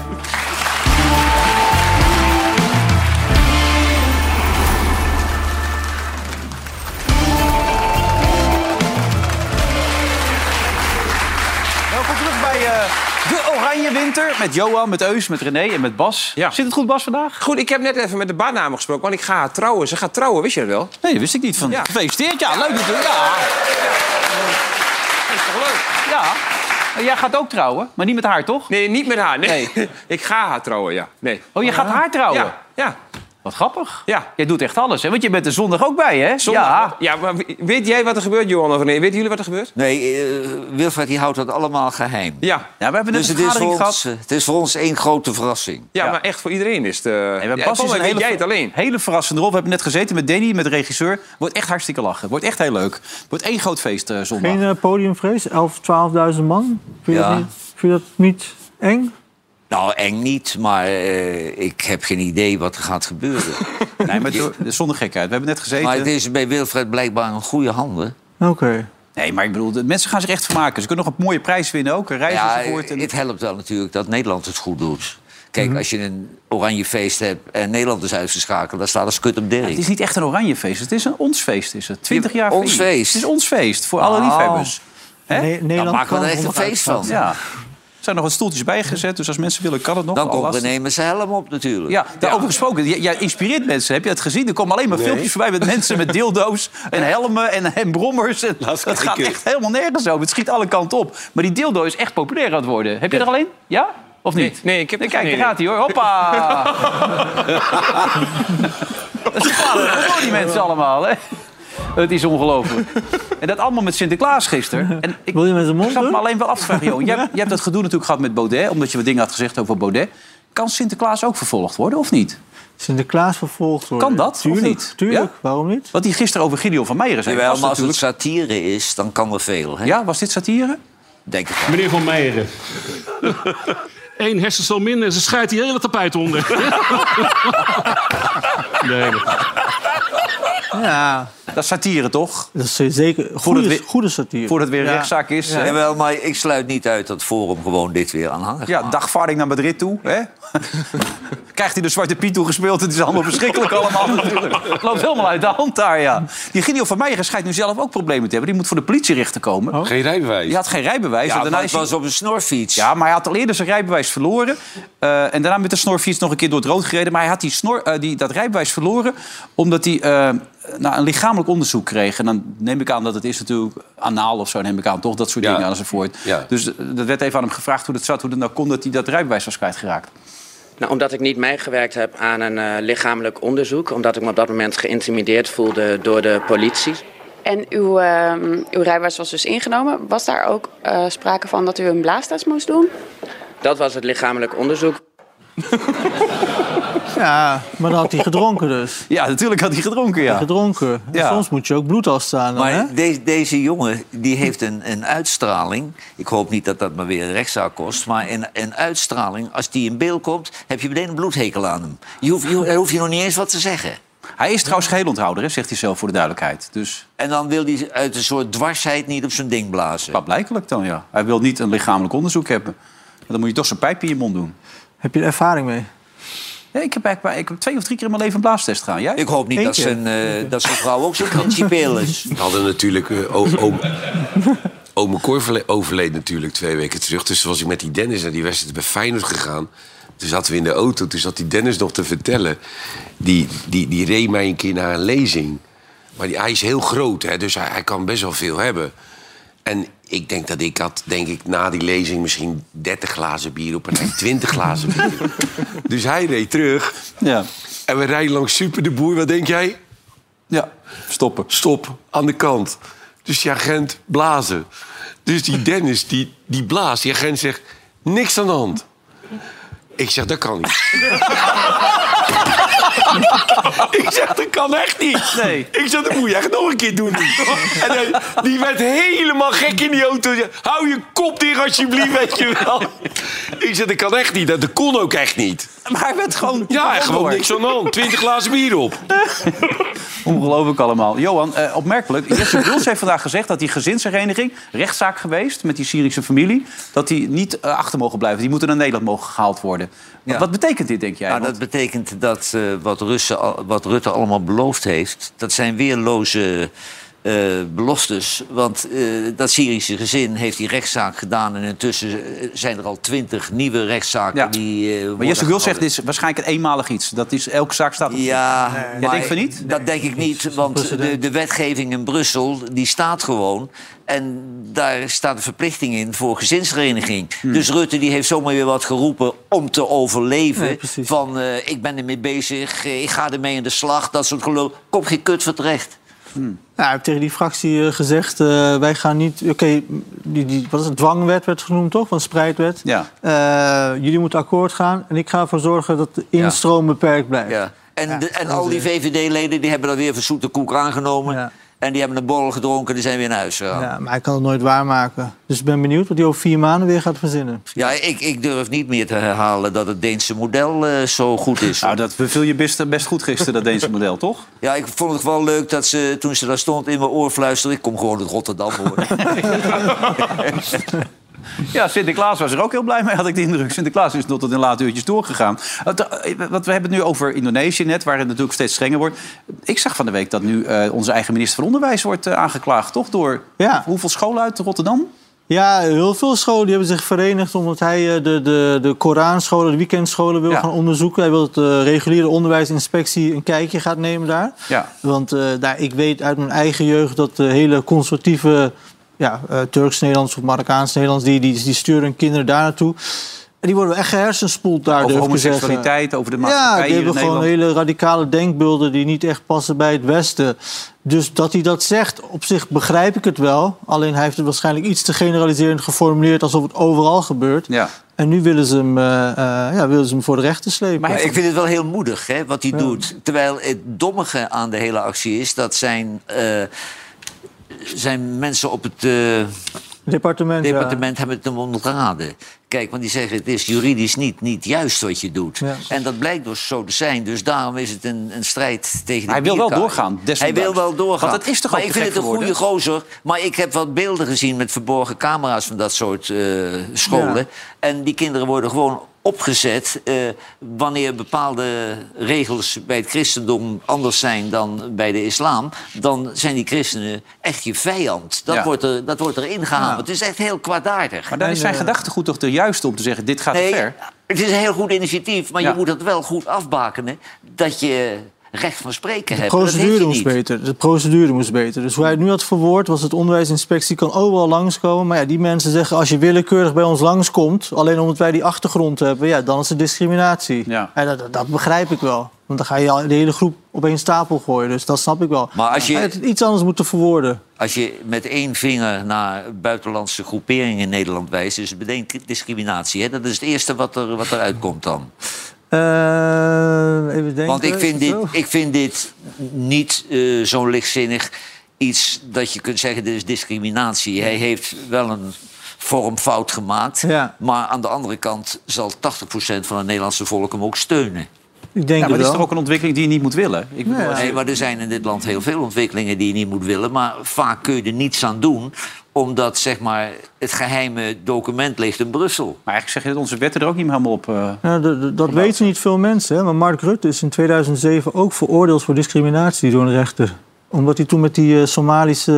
A: Welkom terug bij eh, De Oranje Winter met Johan, met Eus, met René en met Bas.
B: Ja.
A: Zit het goed, Bas, vandaag?
B: Goed, ik heb net even met de baannamen gesproken, want ik ga haar trouwen. Ze gaat trouwen, wist je dat wel?
A: Nee, dat wist ik niet. Van.
B: Ja.
A: Gefeliciteerd, ja, leuk natuurlijk. Ja.
B: Dat is toch leuk?
A: ja. En Jij gaat ook trouwen, maar niet met haar, toch?
B: Nee, niet met haar. Nee. (laughs) ik ga haar trouwen, ja. Nee.
A: Oh, je gaat haar trouwen?
B: Ja, ja,
A: Wat grappig.
B: ja.
A: Jij doet echt alles, hè? Want je bent er zondag ook bij, hè?
B: Zondag-
A: Ja.
B: ja, maar weet jij wat er gebeurt, Johan? Of nee? Weten jullie wat er gebeurt?
D: Nee, eh, Wilfred die houdt dat allemaal geheim.
B: Ja.
A: ja, we hebben net
D: Dus
A: een
D: het is,
A: vergadering
D: voor
A: gehad.
D: ons, eh, het is voor ons één grote verrassing.
B: Ja,
A: Ja.
B: maar echt voor iedereen is het... eh
A: En
B: ja,
A: we Bas
B: Paul,
A: is een
B: weet
A: hele,
B: jij het alleen.
A: hele verrassende rol. We hebben net gezeten met Danny, met de regisseur. Wordt echt hartstikke lachen. Wordt echt heel leuk. Wordt één groot feest eh, zondag.
E: Geen eh, podiumvrees? 11, 12.000 man? Vind je,
D: Ja.
E: dat niet, vind je dat niet eng?
D: Nou, eng niet, maar eh, ik heb geen idee wat er gaat (laughs) gebeuren.
A: Nee, maar het- zonder gekheid. We hebben net gezeten.
D: maar het is bij Wilfred blijkbaar een goede handen.
E: Oké.
A: Nee, maar ik bedoel, de mensen gaan zich echt vermaken. Ze kunnen nog een mooie prijs winnen ook. Een reis
D: Ja,
A: enzovoort. En...
D: het helpt wel natuurlijk dat Nederland het goed doet. Kijk, als je een oranje feest hebt en Nederland is uitgeschakeld... dan staat er skut op Dirk.
A: Het is niet echt een oranje feest. Het is een ons feest. Is het. 20 jaar
D: Ons
A: voor
D: feest.
A: Het is ons feest. Voor alle
D: Oh.
A: liefhebbers. Hè?
E: Ne- Nederland
D: maken we
E: kan
D: er echt een
E: onderuit
D: feest
E: gaan.
D: van.
A: Ja. Er zijn nog wat stoeltjes bijgezet. Dus als mensen willen, kan het nog.
D: Dan
A: Al
D: komt
A: lastig.
D: René met zijn helm op natuurlijk.
A: Ja, daarover gesproken. Jij, jij inspireert mensen. Heb je het gezien? Er komen alleen maar filmpjes voorbij met mensen met dildo's en helmen en, en brommers. En,
C: Laat
A: dat gaat
C: kijken.
A: echt helemaal nergens over. Het schiet alle kanten op. Maar die dildo is echt populair aan het worden. Heb je er alleen? Ja? Of niet?
B: Nee, nee, ik heb
A: Nee,
B: er
A: Kijk,
B: geen
A: daar gaat hij hoor. Hoppa! (laughs) dat is gewoon die mensen allemaal, hè? Het is ongelooflijk.
E: (laughs)
A: En dat allemaal met Sinterklaas gisteren. En ik,
E: Wil je met zijn
A: ik
E: mond
A: zat me
E: doen?
A: alleen wel af te vragen,
E: (laughs)
A: Johan. Jij, jij hebt dat gedoe natuurlijk gehad met Baudet, omdat je wat dingen had gezegd over Baudet. Kan Sinterklaas ook vervolgd worden, of niet?
E: Sinterklaas vervolgd worden.
A: Kan dat, of
E: Tuurlijk,
A: niet?
E: Tuurlijk,
A: Ja?
E: waarom niet?
A: Wat die gisteren over Gideon van Meijeren zei.
D: Jawel,
A: was
D: maar als het
A: natuurlijk-
D: satire is, dan kan er veel. Hè?
A: Ja, was dit satire?
D: Denk ik wel.
H: Meneer Van Meijeren. Eén hersenstel minder en ze scheidt die hele tapijt onder. nee, maar-
E: Ja,
A: Dat is satire, toch?
E: dat is zeker
A: het
E: goede,
A: weer-
E: goede satire.
A: Voordat het weer een
E: Ja.
A: rechtszaak is. Ja,
D: Jawel, maar ik sluit niet uit dat Forum gewoon dit weer aanhangt.
A: ja dagvaarding naar Madrid toe. Hè? Krijgt hij de Zwarte Piet toegespeeld? Het is allemaal verschrikkelijk allemaal natuurlijk. Het loopt helemaal uit de hand daar, ja. Die Gideon van Meijeren schijnt nu zelf ook problemen te hebben. Die moet voor de politierechter komen.
C: Geen rijbewijs.
A: Die had geen rijbewijs. en
D: Ja,
A: daarna
D: maar
A: is
D: het
A: hij-
D: was op een snorfiets.
A: Ja, maar hij had al eerder zijn rijbewijs verloren. Eh, en daarna met de snorfiets nog een keer door het rood gereden. Maar hij had die snor, eh, die, dat rijbewijs verloren omdat hij eh, nou, een lichamelijk onderzoek kreeg. En dan neem ik aan dat het is natuurlijk anaal of zo, neem ik aan. Toch, dat soort
C: Ja.
A: dingen enzovoort.
C: Ja.
A: Dus eh, dat werd even aan hem gevraagd hoe dat zat. Hoe dat nou kon dat hij dat rijbewijs was kwijtgeraakt.
M: Nou, omdat ik niet meegewerkt heb aan een eh, lichamelijk onderzoek. Omdat ik me op dat moment geïntimideerd voelde door de politie.
G: En uw, uw rijbewijs was dus ingenomen. Was daar ook eh, sprake van dat u een blaastest moest doen?
M: Dat was het lichamelijk onderzoek.
E: Ja, maar dan had hij gedronken dus.
A: Ja, natuurlijk had hij gedronken,
D: (laughs)
A: ja.
E: Gedronken. En
A: Ja.
E: Soms moet je ook bloed afstaan. dan, hè?
D: Maar deze, deze jongen die heeft een, een uitstraling. Ik hoop niet dat dat maar weer een rechtszaak kost. Maar een, een uitstraling, als die in beeld komt, heb je meteen een bloedhekel aan hem. Je hoeft, je, daar hoef je nog niet eens wat te zeggen.
A: Hij is trouwens geheelonthouder, hè, zegt hij zelf voor de duidelijkheid. Dus
D: En dan wil hij uit een soort dwarsheid niet op zijn ding blazen.
A: blijkelijk dan, ja. Hij wil niet een lichamelijk onderzoek hebben. Maar Dan moet je toch zo'n pijp in je mond doen.
E: Heb je er ervaring mee?
A: Ja, ik, heb eigenlijk, ik heb twee of drie keer in mijn leven een blaastest gaan. Jij?
D: Ik hoop niet dat
E: Eentje.
D: zijn, eh, dat zijn vrouw ook zo
A: (laughs)
D: principeel is.
C: We hadden natuurlijk... eh, o- oom- Ome Cor verle- overleed natuurlijk twee weken terug. Dus toen was ik met die Dennis naar die wedstrijd bij Feyenoord gegaan. Toen zaten we in de auto. Toen zat die Dennis nog te vertellen. Die, die, die reed mij een keer naar een lezing. Maar die, hij is heel groot, hè, dus hij, hij kan best wel veel hebben. En ik denk dat ik had, denk ik, na die lezing misschien 30 glazen bier op en hij 20 glazen bier. dus hij reed terug.
A: Ja.
C: En we rijden langs Super de Boer. Wat denk jij?
A: ja, stoppen.
C: stop, aan de kant. Dus die agent blazen. Dus
A: (laughs)
C: die Dennis, die, die blaast. Die agent zegt, niks aan de hand. Ik zeg, dat
A: (laughs)
C: kan niet. ik zeg, dat kan echt niet.
A: Nee.
C: Ik zeg, dat moet je echt nog een keer doen. en hij- die werd helemaal gek in die auto. Hou je kop dicht alsjeblieft, weet je wel. Ik zeg, dat kan echt niet. Dat kon ook echt niet.
A: Maar hij werd gewoon...
C: Ja, gewoon
A: door.
C: niks aan de hand. Twintig glazen bier op.
A: Ongelooflijk allemaal. Johan, eh, (laughs) opmerkelijk. Jesse Bruls heeft vandaag gezegd dat die gezinshereniging... rechtszaak geweest met die Syrische familie... dat die niet eh, achter mogen blijven. Die moeten naar Nederland mogen gehaald worden.
D: Ja.
A: Wat betekent dit, denk jij?
D: Nou,
A: Want-
D: dat betekent dat eh, wat, Russen, al- wat Rutte allemaal beloofd heeft, dat zijn weerloze eh, beloftes. Want eh, dat Syrische gezin heeft die rechtszaak gedaan en intussen eh, zijn er al twintig nieuwe rechtszaken
A: Ja.
D: die. eh, worden
A: Maar Jesse Bruls zegt,
D: gehouden.
A: dit is waarschijnlijk een eenmalig iets. Dat is, elke zaak staat op...
D: Ja, maar
A: denkt van niet?
D: Dat denk ik niet, want de, de wetgeving in Brussel die staat gewoon. En daar staat een verplichting in voor gezinsvereniging. Dus Rutte die heeft zomaar weer wat geroepen om te overleven.
E: Nee, precies.
D: van eh, ik ben ermee bezig, eh, ik ga ermee in de slag, dat soort gelul. Kom geen kut voor terecht.
E: Ja, ik heb tegen die fractie eh, gezegd, eh, wij gaan niet... Oké, die, die, wat is het? Dwangwet werd genoemd, toch? Van spreidwet.
A: Ja.
E: Eh, jullie moeten akkoord gaan en ik ga ervoor zorgen dat de instroom beperkt blijft.
D: Ja. En, de- en al die VVD-leden die hebben dat weer voor zoete koek aangenomen.
E: Ja.
D: En die hebben een borrel gedronken en zijn weer naar huis gegaan.
E: Ja, maar hij kan het nooit waarmaken. Dus ik ben benieuwd wat hij over vier maanden weer gaat verzinnen.
D: Ja, ik, ik durf niet meer te herhalen dat het Deense model eh, zo goed is.
A: Nou, dat beviel je best, best goed gisteren, dat (laughs) Deense model, toch?
D: Ja, ik vond het wel leuk dat ze toen ze daar stond in mijn oor fluisterde. Ik kom gewoon uit Rotterdam hoor.
A: Ja, Sinterklaas was er ook heel blij mee, had ik de indruk. Sinterklaas is nog tot in late uurtjes doorgegaan. Want, eh, Want we hebben het nu over Indonesië net, waar het natuurlijk steeds strenger wordt. Ik zag van de week dat nu eh, onze eigen minister van Onderwijs wordt eh, aangeklaagd, toch? Door
E: Ja.
A: hoeveel scholen uit Rotterdam?
E: Ja, heel veel scholen die hebben zich verenigd omdat hij eh, de, de, de Koranscholen, de weekendscholen wil
A: Ja.
E: gaan onderzoeken. Hij wil dat de reguliere onderwijsinspectie een kijkje gaat nemen daar.
A: Ja.
E: Want eh, daar, ik weet uit mijn eigen jeugd dat de hele conservatieve ja, eh, Turks-Nederlands of Marokkaans-Nederlands, die, die, die sturen hun kinderen daar naartoe. En die worden echt gehersenspoeld daar,
A: Over
E: durf ik te zeggen.
A: homoseksualiteit, over de
E: eh, Ja,
A: maatschappij
E: die
A: hier in
E: hebben gewoon
A: Nederland.
E: hele radicale denkbeelden die niet echt passen bij het Westen. Dus dat hij dat zegt, op zich begrijp ik het wel. Alleen hij heeft het waarschijnlijk iets te generaliserend geformuleerd alsof het overal gebeurt.
A: Ja.
E: En nu willen ze, hem, eh, eh, ja, willen ze hem voor de rechter slepen.
D: Maar ik vind het wel heel moedig hè, wat hij doet. Terwijl het dommige aan de hele actie is dat zijn, eh, zijn mensen op het eh,
E: departement. ja.
D: departement hebben het hem ontraden. Kijk, want die zeggen het is juridisch niet, niet juist wat je doet.
E: Ja.
D: En dat blijkt dus zo te zijn. Dus daarom is het een, een strijd tegen de
A: Hij wil wel
D: bierkaai.
A: doorgaan,
D: Hij
A: desondanks.
D: wil wel doorgaan.
A: Want het is toch
D: maar
A: ook
D: ik
A: te
D: vind
A: gek
D: het een
A: voor
D: goede gozer. Maar ik heb wat beelden gezien met verborgen camera's van dat soort eh, scholen.
E: Ja.
D: En die kinderen worden gewoon opgezet eh, wanneer bepaalde regels bij het christendom anders zijn dan bij de islam, dan zijn die christenen echt je vijand. Dat,
A: Ja.
D: wordt, er, dat wordt erin gehaald. Het is echt heel kwaadaardig.
A: Maar daar is zijn gedachtegoed toch de juiste om te zeggen, dit gaat te
D: Nee,
A: ver?
D: het is een heel goed initiatief, maar
A: Ja.
D: je moet het wel goed afbakenen dat je recht van spreken
E: De
D: hebt. Eh, Dat heeft
E: procedure
D: hij
E: moest
D: niet.
E: beter. De procedure moest beter. Dus hoe hij het nu had verwoord was het onderwijsinspectie kan overal langskomen. Maar ja, die mensen zeggen als je willekeurig bij ons langskomt, alleen omdat wij die achtergrond hebben, ja, dan is het discriminatie.
A: Ja.
E: En dat, dat, dat begrijp ik wel. Want dan ga je al- de hele groep op één stapel gooien. Dus dat snap ik wel.
D: Maar als je-
E: Hij had het iets anders moeten verwoorden.
D: Als je met één vinger naar buitenlandse groeperingen in Nederland wijst, is het meteen discriminatie. Hè? Dat is het eerste wat, er, wat eruit komt dan.
E: Eh, even denken.
D: Want ik vind
E: Is
D: dit,
E: het zo?
D: ik vind dit niet eh, zo'n lichtzinnig iets dat je kunt zeggen: dit is discriminatie. Hij heeft wel een vormfout gemaakt.
E: Ja.
D: Maar aan de andere kant zal 80% van het Nederlandse volk hem ook steunen.
E: Ik denk
A: Ja, maar
E: het
A: dat is
E: wel.
A: toch ook een ontwikkeling die je niet moet willen? Ik bedoel, als je-
D: Nee, maar er zijn in dit land heel veel ontwikkelingen die je niet moet willen. Maar vaak kun je er niets aan doen, omdat zeg maar, het geheime document ligt in Brussel.
A: Maar eigenlijk zeg je dat onze wetten er ook niet meer helemaal op... eh,
E: Ja, d- d- dat weten niet veel mensen. Hè? Maar Mark Rutte is in 2007 ook veroordeeld voor discriminatie door een rechter. Omdat hij toen met die eh, Somalische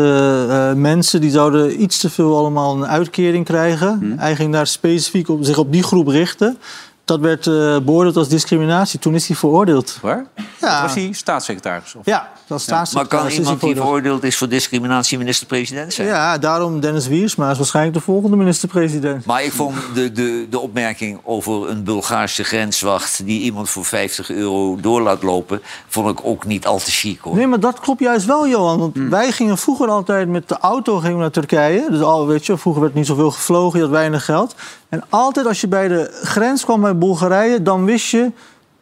E: eh, mensen... die zouden iets te veel allemaal een uitkering krijgen.
D: Hm.
E: Hij ging daar specifiek op, zich op die groep richten. Dat werd eh, beoordeeld als discriminatie. Toen is hij veroordeeld.
A: waar?
E: Ja.
A: Was hij staatssecretaris? Of?
E: Ja, dat staat
D: Maar kan iemand die veroordeeld is voor discriminatie minister-president zijn?
E: Ja, daarom Dennis Wiersma is waarschijnlijk de volgende minister-president.
D: Maar ik vond de, de, de opmerking over een Bulgaarse grenswacht... die iemand voor 50 euro door laat lopen... vond ik ook niet al te chic, hoor.
E: Nee, maar dat klopt juist wel, Johan. Want wij gingen vroeger altijd met de auto gingen we naar Turkije. Dus al, weet je, vroeger werd niet zoveel gevlogen, je had weinig geld. En altijd als je bij de grens kwam bij Bulgarije, dan wist je...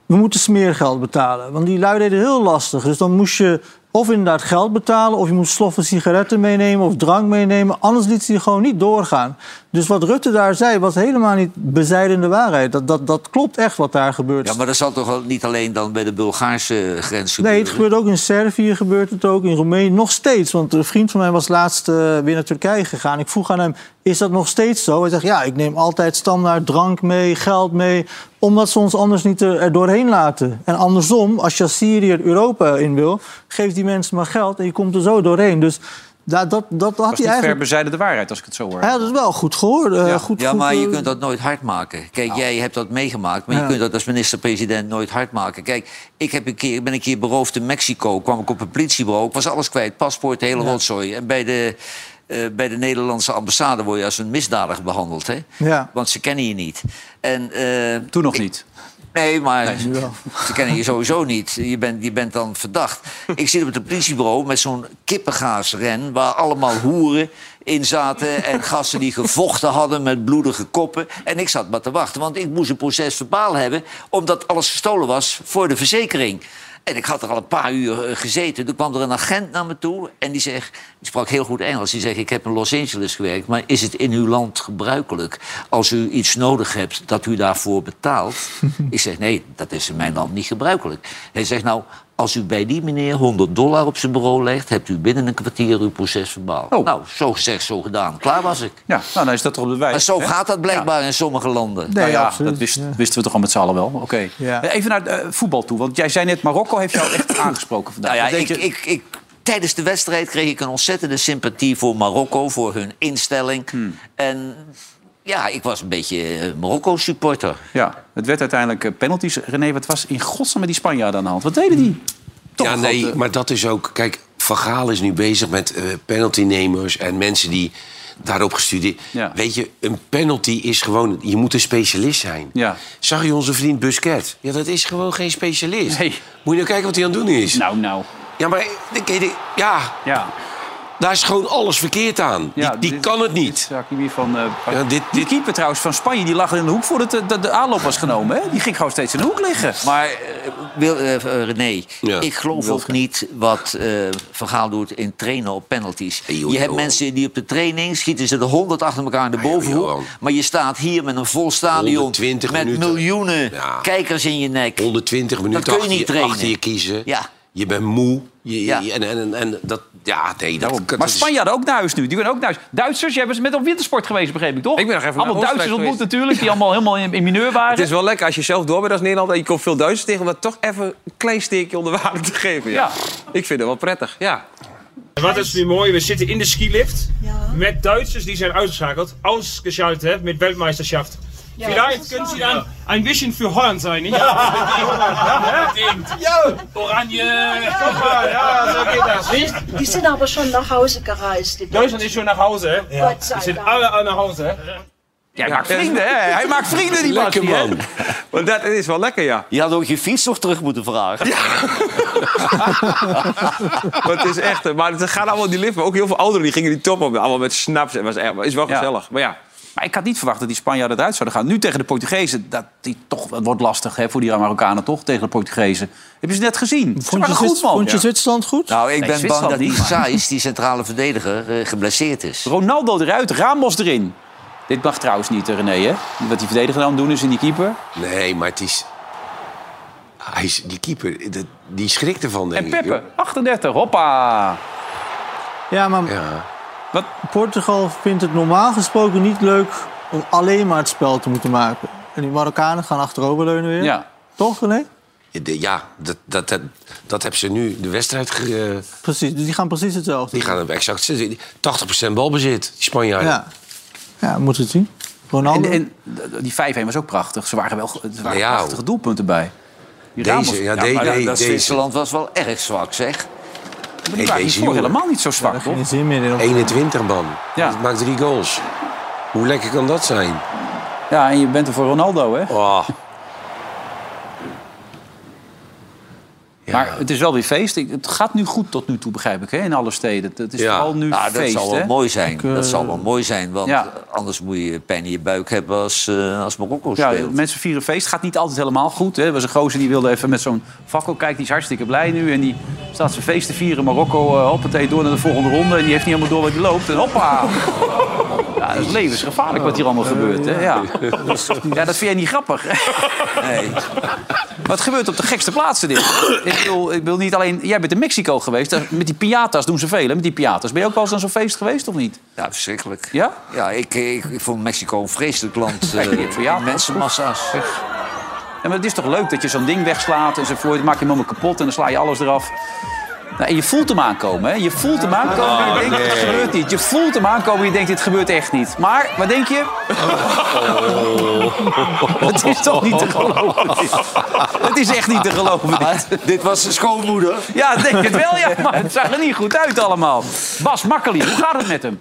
E: we moeten smeergeld betalen. Want die lui deden heel lastig. Dus dan moest je Of inderdaad geld betalen, of je moet sloffen sigaretten meenemen of drank meenemen. Anders liet ze je gewoon niet doorgaan. Dus wat Rutte daar zei was helemaal niet bezijdende waarheid. Dat, dat, dat klopt echt wat daar gebeurt.
D: Ja, maar dat zal toch wel niet alleen dan bij de Bulgaarse grens
E: Nee,
D: gebeuren?
E: het gebeurt ook in Servië, gebeurt het ook in Roemenië, nog steeds. Want een vriend van mij was laatst eh, weer naar Turkije gegaan. Ik vroeg aan hem, is dat nog steeds zo? Hij zegt, ja, ik neem altijd standaard drank mee, geld mee... omdat ze ons anders niet er, er doorheen laten. En andersom, als je als Syriër Europa in wil... geef die mensen maar geld en je komt er zo doorheen. Dus dat, dat,
A: Dat
E: dat had
A: is
E: hij
A: niet ver
E: eigenlijk...
A: bezijden de waarheid, als ik het zo hoor.
E: Hij had het wel goed gehoord. eh, goed,
D: Ja,
E: goed,
D: maar je
E: eh, Nou.
D: kunt dat nooit hard maken. Kijk, jij hebt dat meegemaakt, maar
E: Ja.
D: je kunt dat als minister-president nooit hard maken. Kijk, ik heb een keer, ik ben een keer beroofd in Mexico. Kwam ik op een politiebureau, ik was alles kwijt. Paspoort, de hele rotzooi. En bij de, eh, bij de Nederlandse ambassade word je als een misdadiger behandeld, hè?
E: Ja.
D: Want ze kennen je niet. En, eh,
A: Toen nog niet.
D: Nee, maar ze kennen je sowieso niet. Je bent, je bent dan verdacht. Ik zit op het politiebureau met zo'n kippengaasren... waar allemaal hoeren in zaten en gasten die gevochten hadden met bloedige koppen. En ik zat maar te wachten, want ik moest een proces verbaal hebben... omdat alles gestolen was voor de verzekering. En ik had er al een paar uur eh, gezeten. Toen kwam er een agent naar me toe en die zegt... die sprak heel goed Engels. Die zegt, ik heb in Los Angeles gewerkt... maar is het in uw land gebruikelijk... als u iets nodig hebt dat u daarvoor
A: (laughs)
D: betaalt? ik zeg, nee, dat is in mijn land niet gebruikelijk. Hij zegt, nou, als u bij die meneer 100 dollar op zijn bureau legt... hebt u binnen een kwartier uw proces verbaal.
A: Oh.
D: Nou, zo gezegd, zo gedaan. Klaar was ik.
A: Ja, nou, dan is dat toch op de wijze.
D: Maar zo
A: hè?
D: gaat dat blijkbaar in sommige landen.
E: Nee,
A: nou ja,
E: absoluut,
A: dat wist-
E: ja.
A: wisten we toch al met z'n allen wel. Oké.
E: Ja.
A: Even naar eh, voetbal toe. Want jij zei net, Marokko heeft jou echt aangesproken vandaag.
D: Nou ja,
A: Wat
D: ik,
A: denk je-
D: ik, ik, tijdens de wedstrijd kreeg ik een ontzettende sympathie voor Marokko, voor hun instelling.
C: Hmm.
D: En ja, ik was een beetje eh, Marokko-supporter.
A: ja, het werd uiteindelijk eh, penalties. René, wat was in godsnaam met die Spanjaarden aan de hand? Wat deden die? Toch eh,
C: ja,
A: een
C: nee,
A: grote-
C: maar dat is ook... Kijk, Van Gaal is nu bezig met eh, penaltynemers en mensen die daarop gestudeerd...
A: Ja.
C: Weet je, een penalty is gewoon... Je moet een specialist zijn.
A: Ja.
C: Zag je onze vriend Busquets? Ja, dat is gewoon geen specialist.
A: Nee.
C: Moet je nou kijken wat hij aan het doen is.
A: Nou, nou.
C: Ja, maar dan kun je de- ja,
A: Ja.
C: daar is gewoon alles verkeerd aan.
A: Ja,
C: die die
A: dit-
C: kan het
A: dit
C: niet.
A: zag ik weer van, eh,
C: Ja, dit-
A: Die
C: dit-
A: keeper trouwens van Spanje, die lag in de hoek voordat de, de, de aanloop was genomen. Hè? Die ging gewoon steeds in de hoek liggen.
D: Maar eh, Wil, eh, eh, René,
C: Ja.
D: ik geloof ook niet wat eh Van Gaal doet in trainen op penalties.
C: Hey, joh,
D: je hebt
C: joh.
D: mensen die op de training schieten ze de 100 achter elkaar in de
C: joh,
D: bovenhoek.
C: Johan.
D: maar je staat hier met een vol stadion
C: 120
D: met
C: minuten.
D: miljoenen
C: Ja.
D: kijkers in je nek.
C: 120 minuten
D: kun je
C: achter,
D: niet
C: je,
D: trainen.
C: achter je kiezen.
D: Ja.
C: Je bent moe. Je,
D: Ja.
C: je- en, en, en, en dat... Ja, nee, dat,
A: Daarom.
C: dat
A: maar
C: is-
A: Spanjaarden ook naar huis nu. Die kunnen ook naar huis. Duitsers, jij bent met op wintersport geweest, begreep ik toch?
B: Ik ben nog even naar
A: Allemaal Duitsers
B: Oostenrijk
A: ontmoet natuurlijk, die allemaal helemaal in, in mineur waren.
B: Het is wel lekker als je zelf door bent als Nederland en je komt veel Duitsers tegen, om dat toch even een klein steekje onder water te geven. Ja.
A: Ja.
B: Ik vind het wel prettig. Ja.
N: Wat is weer mooi, we zitten in de skilift met Duitsers die zijn uitgeschakeld, ausgeschaltet hè, met Weltmeisterschaft. Vielleicht können Sie dann ein bisschen für Holland sein, nicht? Ja, ja. Oranje, guck mal, ja, so geht das, nicht?
L: Die zijn aber schon naar huis gereisd. Die
N: Deutschland ist schon nach Hause, hè?
L: Gott sei
N: Die sind
L: Dank.
N: alle nach Hause, hè?
A: Hij maakt vrienden, hè? Hij maakt vrienden, die
C: Lekker
A: Basti, hè?
C: man.
B: Want dat is wel lekker, ja.
D: Je had ook je fiets nog terug moeten vragen.
B: Maar het is echt. eh, Maar het gaat allemaal in die lift. Maar ook heel veel ouderen die gingen die top op. nou, Allemaal met snaps. Het was echt, is wel
A: Ja.
B: gezellig. Maar ja.
A: Maar ik had niet verwacht dat die Spanjaarden eruit zouden gaan. Nu tegen de Portugezen, dat die toch, het wordt lastig hè, voor die Marokkanen toch, tegen de Portugezen. Heb je ze net gezien? Ze
E: Vond je,
A: waren
E: Zwits-
A: goed, man.
E: vond je Zwitserland goed?
D: Nou, ik
A: Nee,
D: ben bang
A: Zwitserland
D: dat die
A: niet, maar-
D: Saïs, die centrale verdediger, eh, geblesseerd is.
A: Ronaldo eruit, Ramos erin. Dit mag trouwens niet, hè, René, hè? Wat die verdediger dan doen is in die keeper.
C: Nee, maar het is... Hij is die keeper, dat- die schrikt ervan, denk
A: En
C: ik.
A: Peppe, 38, hoppa.
E: Ja, maar
C: Ja.
E: Portugal vindt het normaal gesproken niet leuk om alleen maar het spel te moeten maken. En die Marokkanen gaan achteroverleunen weer.
A: Ja.
E: Toch, René?
C: De- ja, dat, dat, dat, dat hebben ze nu de wedstrijd... Ge,
E: Precies, dus die gaan precies hetzelfde.
C: die gaan hem exact zitten. 80% balbezit, die Spanjaarden.
E: Ja, ja we moeten het zien. Ronaldo.
A: En, en die 5-1 was ook prachtig. Ze waren wel er waren
C: Ja,
A: prachtige doelpunten bij. Die
C: Deze,
A: Ramos-
C: ja,
A: maar
C: deze,
A: dat-
C: nee,
A: dat-
D: Dat
C: deze.
D: Zwitserland was wel erg zwak, zeg.
A: maar
C: nee,
A: Die waren
C: deze
A: hiervoor
C: jongen.
A: helemaal niet zo zwak,
E: Daar
A: toch?
E: geen zin meer in.
C: 21 man.
A: Ja.
C: Dat maakt drie goals. Hoe lekker kan dat zijn?
A: Ja, en je Oh. bent er voor Ronaldo, hè?
C: Oh. Ja,
A: Maar het is wel weer feest. Ik- Het gaat nu goed tot nu toe, begrijp ik, hè, in alle steden. Het is vooral nu
D: Nou,
A: feest,
D: dat zal wel
A: hè?
D: mooi zijn.
A: eh,
D: Dat zal wel mooi zijn, want
A: ja.
D: eh, anders moet je pijn in je buik hebben als, eh, als Marokko
A: Ja,
D: speelt.
A: mensen vieren feest. Gaat niet altijd helemaal goed. Hè. Er was een gozer die wilde even met zo'n fakkel kijken. Die is hartstikke blij nu. En die staat zijn feest te vieren. Marokko, eh hoppatee, door naar de volgende ronde. En die heeft niet helemaal door wat hij loopt. En (laughs) hoppa! Ja, dat is levensgevaarlijk wat hier allemaal gebeurt. Hè. Ja. ja, dat vind jij niet (laughs) grappig.
D: Nee.
A: Wat gebeurt op de gekste plaatsen dit? ik, wil, ik wil niet alleen... Jij bent in Mexico geweest. Daar- Met die piatas doen ze veel, hè? Met die piatas. Ben je ook wel eens aan zo'n feest geweest of niet?
D: Ja, verschrikkelijk.
A: Ja?
D: Ja, ik, eh, ik, ik vond Mexico een vreselijk
A: (laughs)
D: land. eh, mensenmassa's.
A: Ja, maar het is toch leuk dat je zo'n ding wegslaat enzovoort. Je maakt hem helemaal kapot en dan sla je alles eraf. Nou, en je voelt hem aankomen, hè? Je voelt hem aankomen en je denkt, dit gebeurt niet. Je voelt hem aankomen en je denkt, dit gebeurt echt niet. Maar, wat denk je? Het is toch niet te geloven. dit? Het is echt niet te geloven. dit.
D: Ah, Dit was zijn schoonmoeder.
A: Ja, ik denk het wel, ja. Maar het zag er niet goed uit allemaal. Bas Makkeli, hoe gaat het met hem?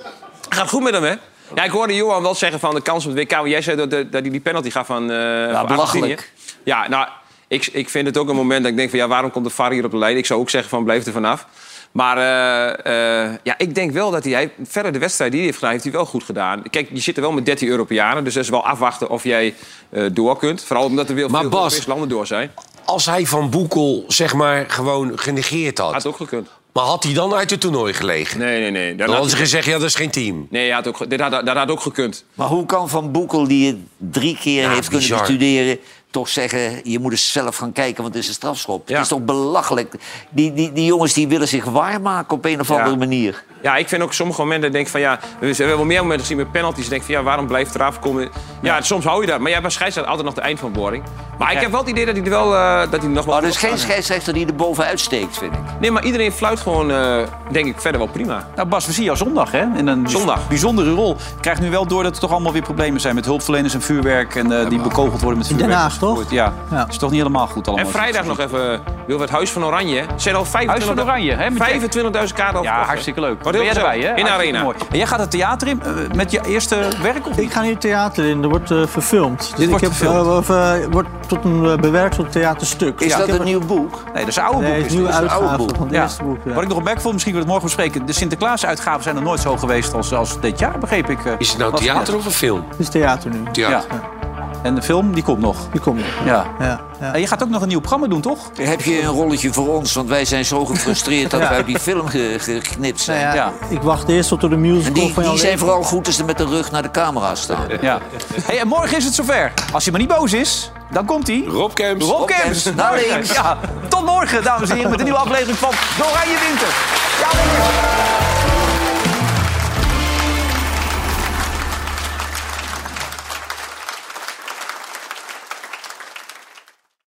B: Gaat goed met hem, hè? Ja, ik hoorde Johan wel zeggen van de kans op het WK. want Jij zei dat, dat, dat hij die penalty gaf van, eh van Argentinië.
D: belachelijk.
B: Ja, nou, ik, ik vind het ook een moment dat ik denk van... ja, waarom komt de VAR hier op de lijn? Ik zou ook zeggen van, blijf er vanaf. Maar eh, eh, ja, ik denk wel dat hij, hij... Verder de wedstrijd die hij heeft gedaan, heeft hij wel goed gedaan. Kijk, je zit er wel met 13 Europeanen. Dus dat is wel afwachten of jij eh, door kunt. Vooral omdat er weer
C: Maar
B: veel
C: Bas-
B: Europese landen door zijn.
C: Als hij Van Boekel zeg maar gewoon genegeerd
B: Had
C: had...
B: ook gekund.
C: Maar had hij dan uit het toernooi gelegen?
B: Nee, nee, nee. Dan
C: Dan
B: had
C: hadden ze
B: hij-
C: gezegd, ja, dat is geen team.
B: Nee, hij had ook, ge- dit had, dat had ook gekund.
D: Maar hoe kan Van Boekel, die het drie keer heeft kunnen
C: bizar.
D: bestuderen... toch zeggen, je moet eens zelf gaan kijken, want het is een strafschop.
B: Ja.
D: Het is toch belachelijk. Die, die, die jongens die willen zich waarmaken op een of andere
B: Ja.
D: manier.
B: Ja, ik vind ook sommige momenten denk ik van ja, we hebben wel meer momenten gezien met penalties. Ik Denk van ja, waarom blijft eraf komen? Ja, soms hou je dat. Maar ja, bij scheidsrechter altijd nog de eind van boring. Maar ik heb wel het idee dat hij er wel, eh, dat hij nog
A: Oh,
B: wel.
D: Maar er is geen scheidsrechter die er bovenuit steekt, vind ik.
B: Nee, maar iedereen fluit gewoon, eh, denk ik, verder wel prima.
A: Nou Bas, we zien jou zondag, hè? In een
B: Zondag.
A: bijzondere rol. Je krijgt nu wel door dat er toch allemaal weer problemen zijn met hulpverleners en vuurwerk... en eh, die bekogeld worden met vuurwerk.
E: Den Haag, toch?
A: enzovoort. Ja,
E: Ja.
A: is toch niet helemaal goed allemaal.
B: En vrijdag nog even, wil het Huis van Oranje. hè? Zijn al 25.000
A: Huis van Oranje, hè, met Jack?
B: 25.000 kaarten al
A: Ja,
B: verkocht, hè?
A: hartstikke leuk.
B: Wat
A: ben jij
B: heel
A: erbij, hè?
B: gezellig. In de
A: Hartstikke
B: arena.
A: mooi. En jij gaat het theater in eh, met je eerste werk of
E: Ik
A: niet?
E: ga nu het theater in, er wordt eh, verfilmd. Dus ik
A: wordt
E: heb,
A: verfilmd?
E: eh, of, eh, wordt tot een, eh, bewerkt tot een theaterstuk.
D: Is
E: Ja, ik
D: dat
E: heb
D: een nieuw boek?
A: Nee, dat is een oude
E: Nee,
A: boek.
E: het
A: is
E: is een nieuwe
A: dit. Dat is een oude
E: uitgave
A: boek.
E: van het
A: Ja.
E: eerste boek, ja.
A: Wat ik nog opmerk vond, misschien kunnen we het morgen bespreken. De Sinterklaas-uitgaven zijn er nooit zo geweest als, als dit jaar, begreep ik. eh.
C: Is het nou
A: Wat-
C: theater of een film?
E: Het is theater nu.
A: Ja. En de film, die komt nog.
E: Die komt.
A: Ja.
E: Ja, ja.
A: En je gaat ook nog een nieuw programma doen, toch?
D: Heb je een rolletje voor ons? Want wij zijn zo gefrustreerd dat
E: (laughs) Ja.
D: we uit die film ge- geknipt zijn.
E: Nou ja,
A: Ja.
E: Ik wacht eerst tot er de
D: En
E: musical
D: die,
E: van jou
D: die zijn
E: leven-
D: vooral goed als ze met de rug naar de camera staan.
A: Ja. Hey, en morgen is het zover. Als hij maar niet boos is, dan komt hij.
C: Rob Kemps.
A: Rob Kemps. Nou,
D: Kemps, naar links.
A: Ja, tot morgen, dames en heren, met een nieuwe aflevering van De Oranje Winter. Ja, lekker.